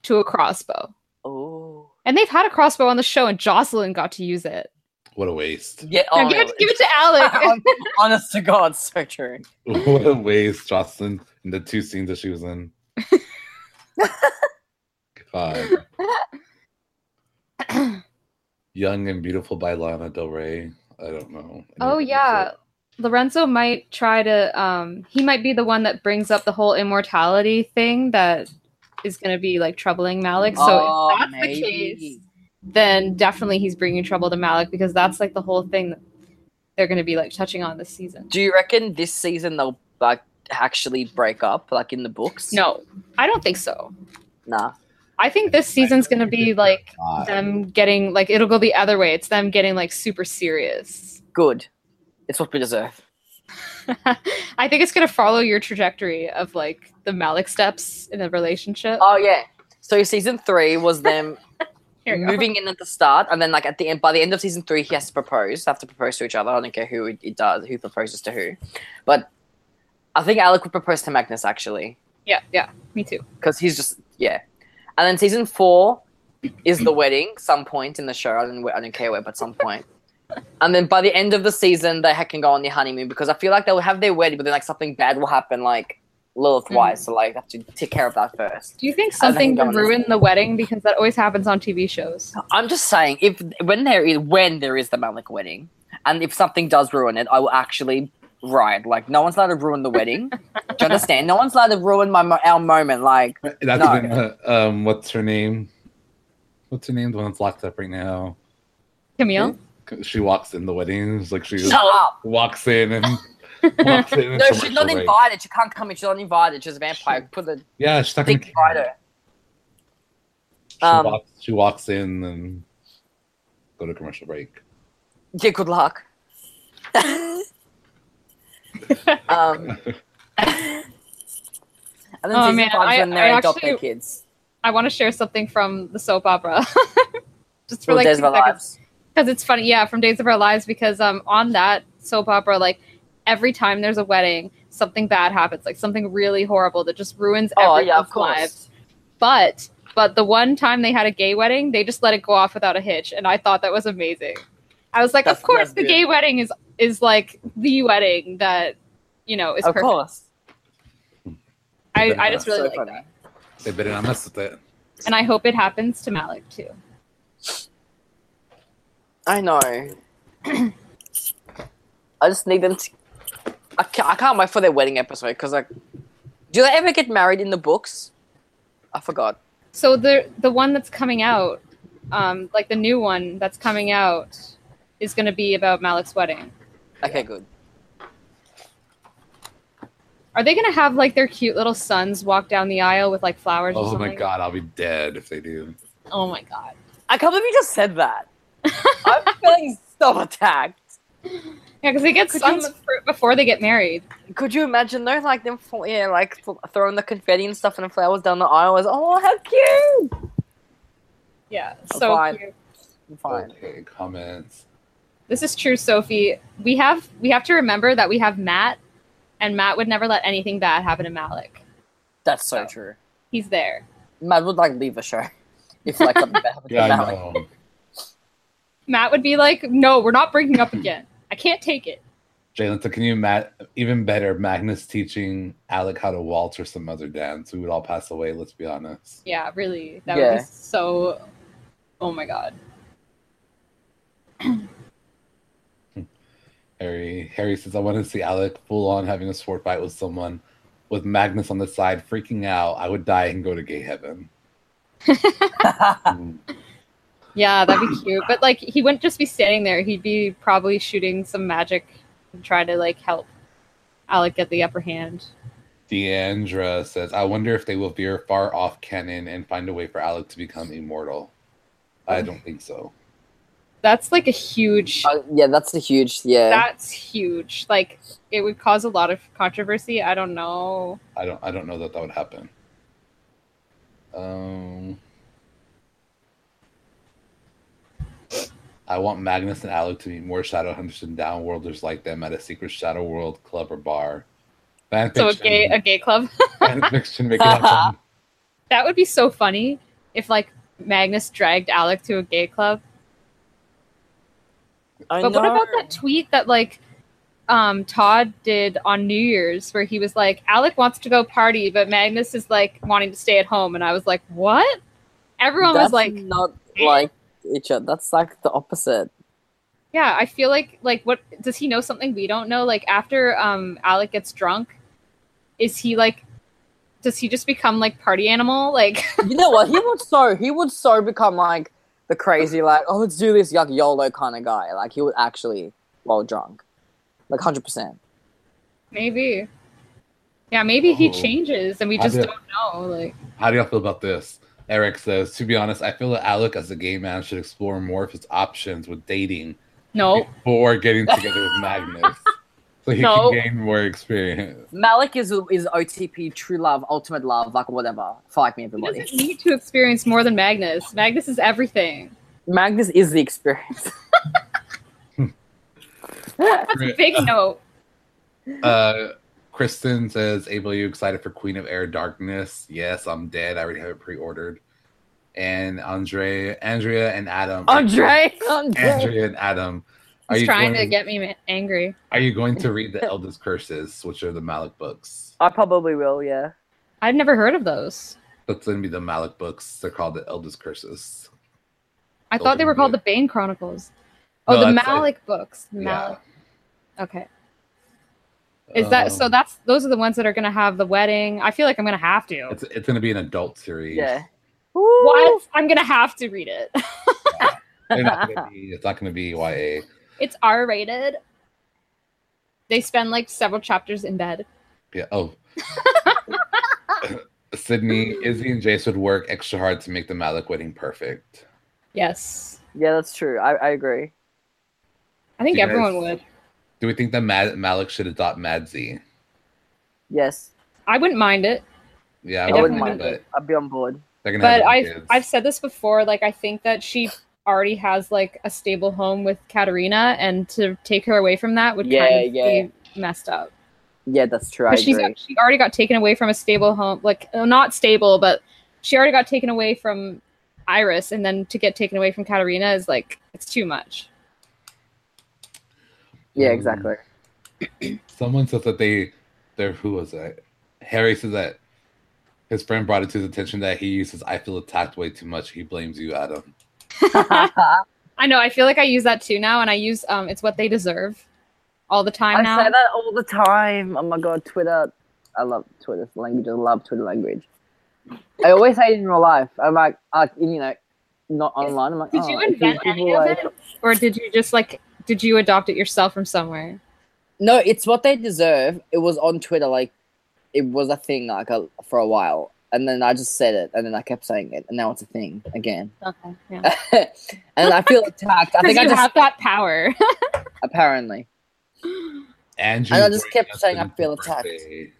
[SPEAKER 4] to a crossbow.
[SPEAKER 3] oh.
[SPEAKER 4] And they've had a crossbow on the show and Jocelyn got to use it.
[SPEAKER 2] what a waste!
[SPEAKER 3] Yeah.
[SPEAKER 4] Now
[SPEAKER 3] Oh,
[SPEAKER 4] give, it give it to Alec.
[SPEAKER 3] Hon- Honest to God, so true.
[SPEAKER 2] What a waste, Jocelyn. In the two scenes that she was in. God. Young and beautiful by Lana Del Rey. I don't know.
[SPEAKER 4] Oh yeah. Lorenzo might try to um he might be the one that brings up the whole immortality thing that is going to be like troubling Malik. So
[SPEAKER 3] Oh,
[SPEAKER 4] if that's the case,
[SPEAKER 3] maybe.
[SPEAKER 4] then definitely he's bringing trouble to Malik because that's like the whole thing that they're going to be like touching on this season.
[SPEAKER 3] Do you reckon this season they'll like actually break up, like in the books?
[SPEAKER 4] No, I don't think so.
[SPEAKER 3] Nah.
[SPEAKER 4] I think this season's going to be like them getting like it'll go the other way. It's them getting like super serious.
[SPEAKER 3] Good. It's what we deserve.
[SPEAKER 4] I think it's going to follow your trajectory of like the Malik steps in the relationship.
[SPEAKER 3] Oh yeah. So season three was them
[SPEAKER 4] Here we go.
[SPEAKER 3] moving in at the start, and then like at the end, by the end of season three, he has to propose. They have to propose to each other. I don't care who it, it does, who proposes to who. But I think Alec would propose to Magnus actually,
[SPEAKER 4] Yeah, yeah, me too.
[SPEAKER 3] because he's just yeah. And then season four is the wedding, some point in the show. I don't, I don't care where, but some point. And then by the end of the season, they ha- can go on their honeymoon because I feel like they will have their wedding, but then like something bad will happen, like Lilith wise. So like, have to take care of that first.
[SPEAKER 4] Do you think something
[SPEAKER 3] think I'm
[SPEAKER 4] would
[SPEAKER 3] gonna-
[SPEAKER 4] ruin the wedding because that always happens on TV shows?
[SPEAKER 3] I'm just saying, if when there is when there is the Malik wedding, and if something does ruin it, I will actually ride. Like no one's allowed to ruin the wedding. Do you understand? No one's allowed to ruin my mo- our moment. Like
[SPEAKER 2] That's
[SPEAKER 3] No.
[SPEAKER 2] when, uh, um what's her name? What's her name? The one that's locked up right now.
[SPEAKER 4] Camille,
[SPEAKER 3] Hmm?
[SPEAKER 2] She walks in the wedding. It's like she just
[SPEAKER 3] shut up.
[SPEAKER 2] walks in and walks in. and
[SPEAKER 3] No,
[SPEAKER 2] commercial
[SPEAKER 3] she's not
[SPEAKER 2] break.
[SPEAKER 3] invited. She can't come in. She's not invited. She's a vampire. Put the
[SPEAKER 2] Yeah, she's not gonna
[SPEAKER 3] big
[SPEAKER 2] care.
[SPEAKER 3] inviter.
[SPEAKER 2] She,
[SPEAKER 3] Um,
[SPEAKER 2] walks, she walks in and go to commercial break.
[SPEAKER 3] Yeah, good luck. um, and then
[SPEAKER 4] Oh,
[SPEAKER 3] season
[SPEAKER 4] man,
[SPEAKER 3] five's
[SPEAKER 4] I-
[SPEAKER 3] when they
[SPEAKER 4] I
[SPEAKER 3] adopt their
[SPEAKER 4] actually-
[SPEAKER 3] kids.
[SPEAKER 4] I want to share something from the soap opera. Just for
[SPEAKER 3] Well,
[SPEAKER 4] like
[SPEAKER 3] days
[SPEAKER 4] two
[SPEAKER 3] of our lives.
[SPEAKER 4] seconds. Because it's funny, yeah, from Days of Our Lives, because um on that soap opera, like every time there's a wedding, something bad happens, like something really horrible that just ruins
[SPEAKER 3] Oh
[SPEAKER 4] everyone's
[SPEAKER 3] yeah, of course.
[SPEAKER 4] lives. But but the one time they had a gay wedding, they just let it go off without a hitch, and I thought that was amazing. I was like,
[SPEAKER 3] That's-
[SPEAKER 4] of course,
[SPEAKER 3] that's
[SPEAKER 4] the
[SPEAKER 3] good.
[SPEAKER 4] gay wedding is is like the wedding that you know is
[SPEAKER 3] of
[SPEAKER 4] perfect.
[SPEAKER 3] course.
[SPEAKER 4] I,
[SPEAKER 2] Yeah,
[SPEAKER 4] I just really
[SPEAKER 3] so
[SPEAKER 4] like
[SPEAKER 3] funny.
[SPEAKER 4] that,
[SPEAKER 2] They better not mess with it.
[SPEAKER 4] and I hope it happens to Malik too.
[SPEAKER 3] I know. I just need them to. I can't, I can't wait for their wedding episode because like, do they ever get married in the books? I forgot.
[SPEAKER 4] So the the one that's coming out, um, like the new one that's coming out, is going to be about Malik's wedding.
[SPEAKER 3] Okay, good.
[SPEAKER 4] Are they going to have like their cute little sons walk down the aisle with like flowers? or
[SPEAKER 2] Oh
[SPEAKER 4] something?
[SPEAKER 2] my god, I'll be dead if they do.
[SPEAKER 4] Oh my god!
[SPEAKER 3] I can't believe you just said that. I'm feeling so attacked.
[SPEAKER 4] Yeah, because they get
[SPEAKER 3] Could
[SPEAKER 4] sons
[SPEAKER 3] you-
[SPEAKER 4] fir- before they get married.
[SPEAKER 3] Could you imagine though, like them, fl- yeah, like th- throwing the confetti and stuff and the flowers down the aisle? Was oh how cute!
[SPEAKER 4] Yeah,
[SPEAKER 3] Oh,
[SPEAKER 4] so
[SPEAKER 3] God.
[SPEAKER 4] cute.
[SPEAKER 3] Fine.
[SPEAKER 2] Okay, comments.
[SPEAKER 4] this is true, Sophie. We have we have to remember that we have Matt, and Matt would never let anything bad happen to Malik.
[SPEAKER 3] That's so true.
[SPEAKER 4] He's there.
[SPEAKER 3] Matt would like leave a show if like something bad happened to
[SPEAKER 2] Yeah, I
[SPEAKER 3] Malik.
[SPEAKER 2] know.
[SPEAKER 4] Matt would be like, "No, we're not breaking up again. I can't take it."
[SPEAKER 2] Jalen, so can you Matt even better Magnus teaching Alec how to waltz or some other dance? We would all pass away, let's be honest.
[SPEAKER 4] Yeah, really. That
[SPEAKER 3] Yeah.
[SPEAKER 4] would be so. Oh my god.
[SPEAKER 2] Harry Harry says, I want to see Alec full on having a sword fight with someone with Magnus on the side freaking out. I would die and go to gay heaven. Mm.
[SPEAKER 4] Yeah, that'd be cute. But like, he wouldn't just be standing there. He'd be probably shooting some magic and try to like help Alec get the upper hand.
[SPEAKER 2] Deandra says, I wonder if they will veer far off canon and find a way for Alec to become immortal. I don't think so.
[SPEAKER 4] That's like a huge.
[SPEAKER 3] Uh, yeah, that's the huge. Yeah,
[SPEAKER 4] That's huge. Like, it would cause a lot of controversy. I don't know.
[SPEAKER 2] I don't I don't know that that would happen. Um I want Magnus and Alec to meet more Shadow Hunters and Downworlders like them at a secret Shadow World club or bar. Fan
[SPEAKER 4] So a
[SPEAKER 2] fiction-
[SPEAKER 4] gay a gay club.
[SPEAKER 2] fan fiction make it happen.
[SPEAKER 4] That would be so funny if like Magnus dragged Alec to a gay club.
[SPEAKER 3] I
[SPEAKER 4] But what about that tweet that like um, Todd did on New Year's where he was like, Alec wants to go party, but Magnus is like wanting to stay at home, and I was like, what? Everyone
[SPEAKER 3] that's
[SPEAKER 4] was like,
[SPEAKER 3] not like each other. That's like the opposite.
[SPEAKER 4] yeah, I feel like like what does he know something we don't know? Like after um, Alec gets drunk, is he like? Does he just become like party animal? Like
[SPEAKER 3] You know what? He would so he would so become like the crazy like oh let's do this yuck YOLO kind of guy. Like he would actually while drunk, like hundred percent.
[SPEAKER 4] maybe, yeah, maybe he
[SPEAKER 2] Oh.
[SPEAKER 4] changes and we
[SPEAKER 2] I
[SPEAKER 4] just
[SPEAKER 2] bet.
[SPEAKER 4] don't know. Like
[SPEAKER 2] How do y'all feel about this? Eric says, to be honest, I feel that Alec as a gay man should explore more of his options with dating
[SPEAKER 4] no,
[SPEAKER 2] before getting together with Magnus. So he
[SPEAKER 4] No.
[SPEAKER 2] can gain more experience.
[SPEAKER 3] Malik is is OTP true love ultimate love like whatever. Fight me
[SPEAKER 4] he
[SPEAKER 3] everybody.
[SPEAKER 4] doesn't need to experience more than Magnus. Magnus is everything.
[SPEAKER 3] Magnus is the experience.
[SPEAKER 4] That's a big no.
[SPEAKER 2] Uh, Kristen says, Abel, you excited for Queen of Air Darkness? Yes, I'm dead. I already have it pre ordered. And Andre, Andrea and Adam.
[SPEAKER 3] Andre, Andre.
[SPEAKER 2] Andrea and Adam. Are
[SPEAKER 4] He's
[SPEAKER 2] you,
[SPEAKER 4] trying
[SPEAKER 2] going,
[SPEAKER 4] to get me ma- angry.
[SPEAKER 2] are you going to read the Eldest Curses, which are the Malik books?
[SPEAKER 3] I probably will. Yeah.
[SPEAKER 4] I'd never heard of those.
[SPEAKER 2] That's going to be the Malik books. They're called the Eldest Curses.
[SPEAKER 4] I
[SPEAKER 2] Those
[SPEAKER 4] thought they
[SPEAKER 2] are
[SPEAKER 4] were called the
[SPEAKER 2] good.
[SPEAKER 4] Bane Chronicles.
[SPEAKER 2] Oh,
[SPEAKER 4] Oh,
[SPEAKER 2] No,
[SPEAKER 4] the
[SPEAKER 2] that's, like-
[SPEAKER 4] Malik books. The
[SPEAKER 2] Yeah.
[SPEAKER 4] Malik. Okay. Is that so?
[SPEAKER 2] Um,
[SPEAKER 4] That's those are the ones that are going to have the wedding. I feel like I'm going to have to.
[SPEAKER 2] It's, it's going to be an adult series.
[SPEAKER 3] Yeah.
[SPEAKER 4] What? I'm going to have to read it.
[SPEAKER 2] They're not gonna be- it's not going to be YA.
[SPEAKER 4] it's R rated. They spend like several chapters in bed.
[SPEAKER 2] Yeah. Oh. Sydney, Izzy, and Jace would work extra hard to make the Malik wedding perfect.
[SPEAKER 4] Yes,
[SPEAKER 3] Yeah, that's true. I, I agree.
[SPEAKER 4] I think
[SPEAKER 2] You guys-
[SPEAKER 4] everyone would.
[SPEAKER 2] Do we think that Mad- Malik should adopt Madzy?
[SPEAKER 3] Yes,
[SPEAKER 4] I wouldn't mind it.
[SPEAKER 2] Yeah,
[SPEAKER 4] I
[SPEAKER 3] I,
[SPEAKER 4] wouldn't
[SPEAKER 3] wouldn't
[SPEAKER 4] mind
[SPEAKER 2] mind
[SPEAKER 3] mind.
[SPEAKER 2] it.
[SPEAKER 3] I'd be on board.
[SPEAKER 2] They're gonna
[SPEAKER 4] but
[SPEAKER 2] have
[SPEAKER 4] I've
[SPEAKER 2] little kids.
[SPEAKER 4] I've said this before. Like I think that she already has like a stable home with Katarina, and to take her away from that would
[SPEAKER 3] Yeah,
[SPEAKER 4] kind of
[SPEAKER 3] yeah.
[SPEAKER 4] be messed up.
[SPEAKER 3] Yeah, that's true. I
[SPEAKER 4] 'Cause she's
[SPEAKER 3] agree.
[SPEAKER 4] she already got taken away from a stable home, like uh, not stable, but she already got taken away from Iris, and then to get taken away from Katarina is like it's too much.
[SPEAKER 3] Yeah, exactly.
[SPEAKER 2] Someone says that they, there. Who was that? Harry says that his friend brought it to his attention that he uses "I feel attacked" way too much. He blames you, Adam.
[SPEAKER 3] I
[SPEAKER 4] I know. I feel like I use that too now, and I use um, it's what they deserve all the time now.
[SPEAKER 3] say that all the time. Oh my god, Twitter. I love Twitter language. I love Twitter language. I always say it in real life. I'm like, uh, you know, not online. I'm like,
[SPEAKER 4] Did
[SPEAKER 3] oh,
[SPEAKER 4] you
[SPEAKER 3] if
[SPEAKER 4] invent
[SPEAKER 3] people
[SPEAKER 4] any of
[SPEAKER 3] are-
[SPEAKER 4] it, or did you just like did you adopt it yourself from somewhere?
[SPEAKER 3] No, it's what they deserve. It was on Twitter, like it was a thing, like a, for a while, and then I just said it, and then I kept saying it, and now it's a thing again.
[SPEAKER 4] Okay, yeah.
[SPEAKER 3] and I feel attacked. I think
[SPEAKER 4] Because you
[SPEAKER 3] I just
[SPEAKER 4] have that power.
[SPEAKER 3] apparently.
[SPEAKER 2] Andrew.
[SPEAKER 3] And I just kept
[SPEAKER 2] Brandon's
[SPEAKER 3] saying I feel attacked.
[SPEAKER 2] birthday.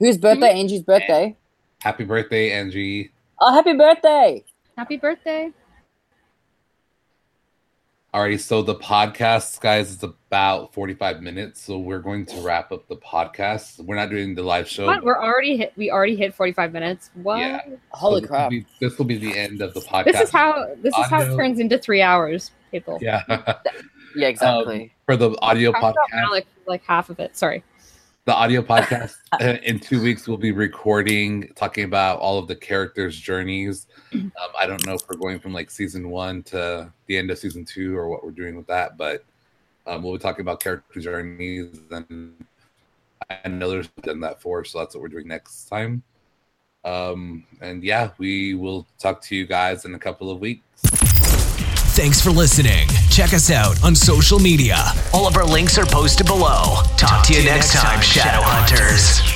[SPEAKER 3] Whose birthday?
[SPEAKER 4] Hmm?
[SPEAKER 3] Angie's birthday.
[SPEAKER 2] Happy birthday, Angie.
[SPEAKER 3] Oh, happy birthday!
[SPEAKER 4] Happy birthday!
[SPEAKER 2] Alrighty, so the podcast, guys, is about 45 minutes. So we're going to wrap up the podcast. We're not doing the live show.
[SPEAKER 4] What? We're already hit. We already hit forty five minutes. What?
[SPEAKER 2] Yeah. So
[SPEAKER 3] Holy
[SPEAKER 2] this
[SPEAKER 3] crap!
[SPEAKER 2] Will be, this will be the end of the podcast.
[SPEAKER 4] This is how this is how it
[SPEAKER 2] Audio.
[SPEAKER 4] turns into three hours, people.
[SPEAKER 2] Yeah.
[SPEAKER 3] Yeah, exactly.
[SPEAKER 2] Um, for the audio
[SPEAKER 4] Talk about
[SPEAKER 2] podcast,
[SPEAKER 4] Alec for like half of it. Sorry.
[SPEAKER 2] the audio podcast uh, in two weeks we'll be recording talking about all of the characters journeys um, i don't know if we're going from like season one to the end of season two or what we're doing with that but um, we'll be talking about character journeys and i know there's done that for so that's what we're doing next time um, and yeah we will talk to you guys in a couple of weeks
[SPEAKER 1] Thanks for listening. Check us out on social media. All of our links are posted below. Talk, to you next time, Shadow Hunters.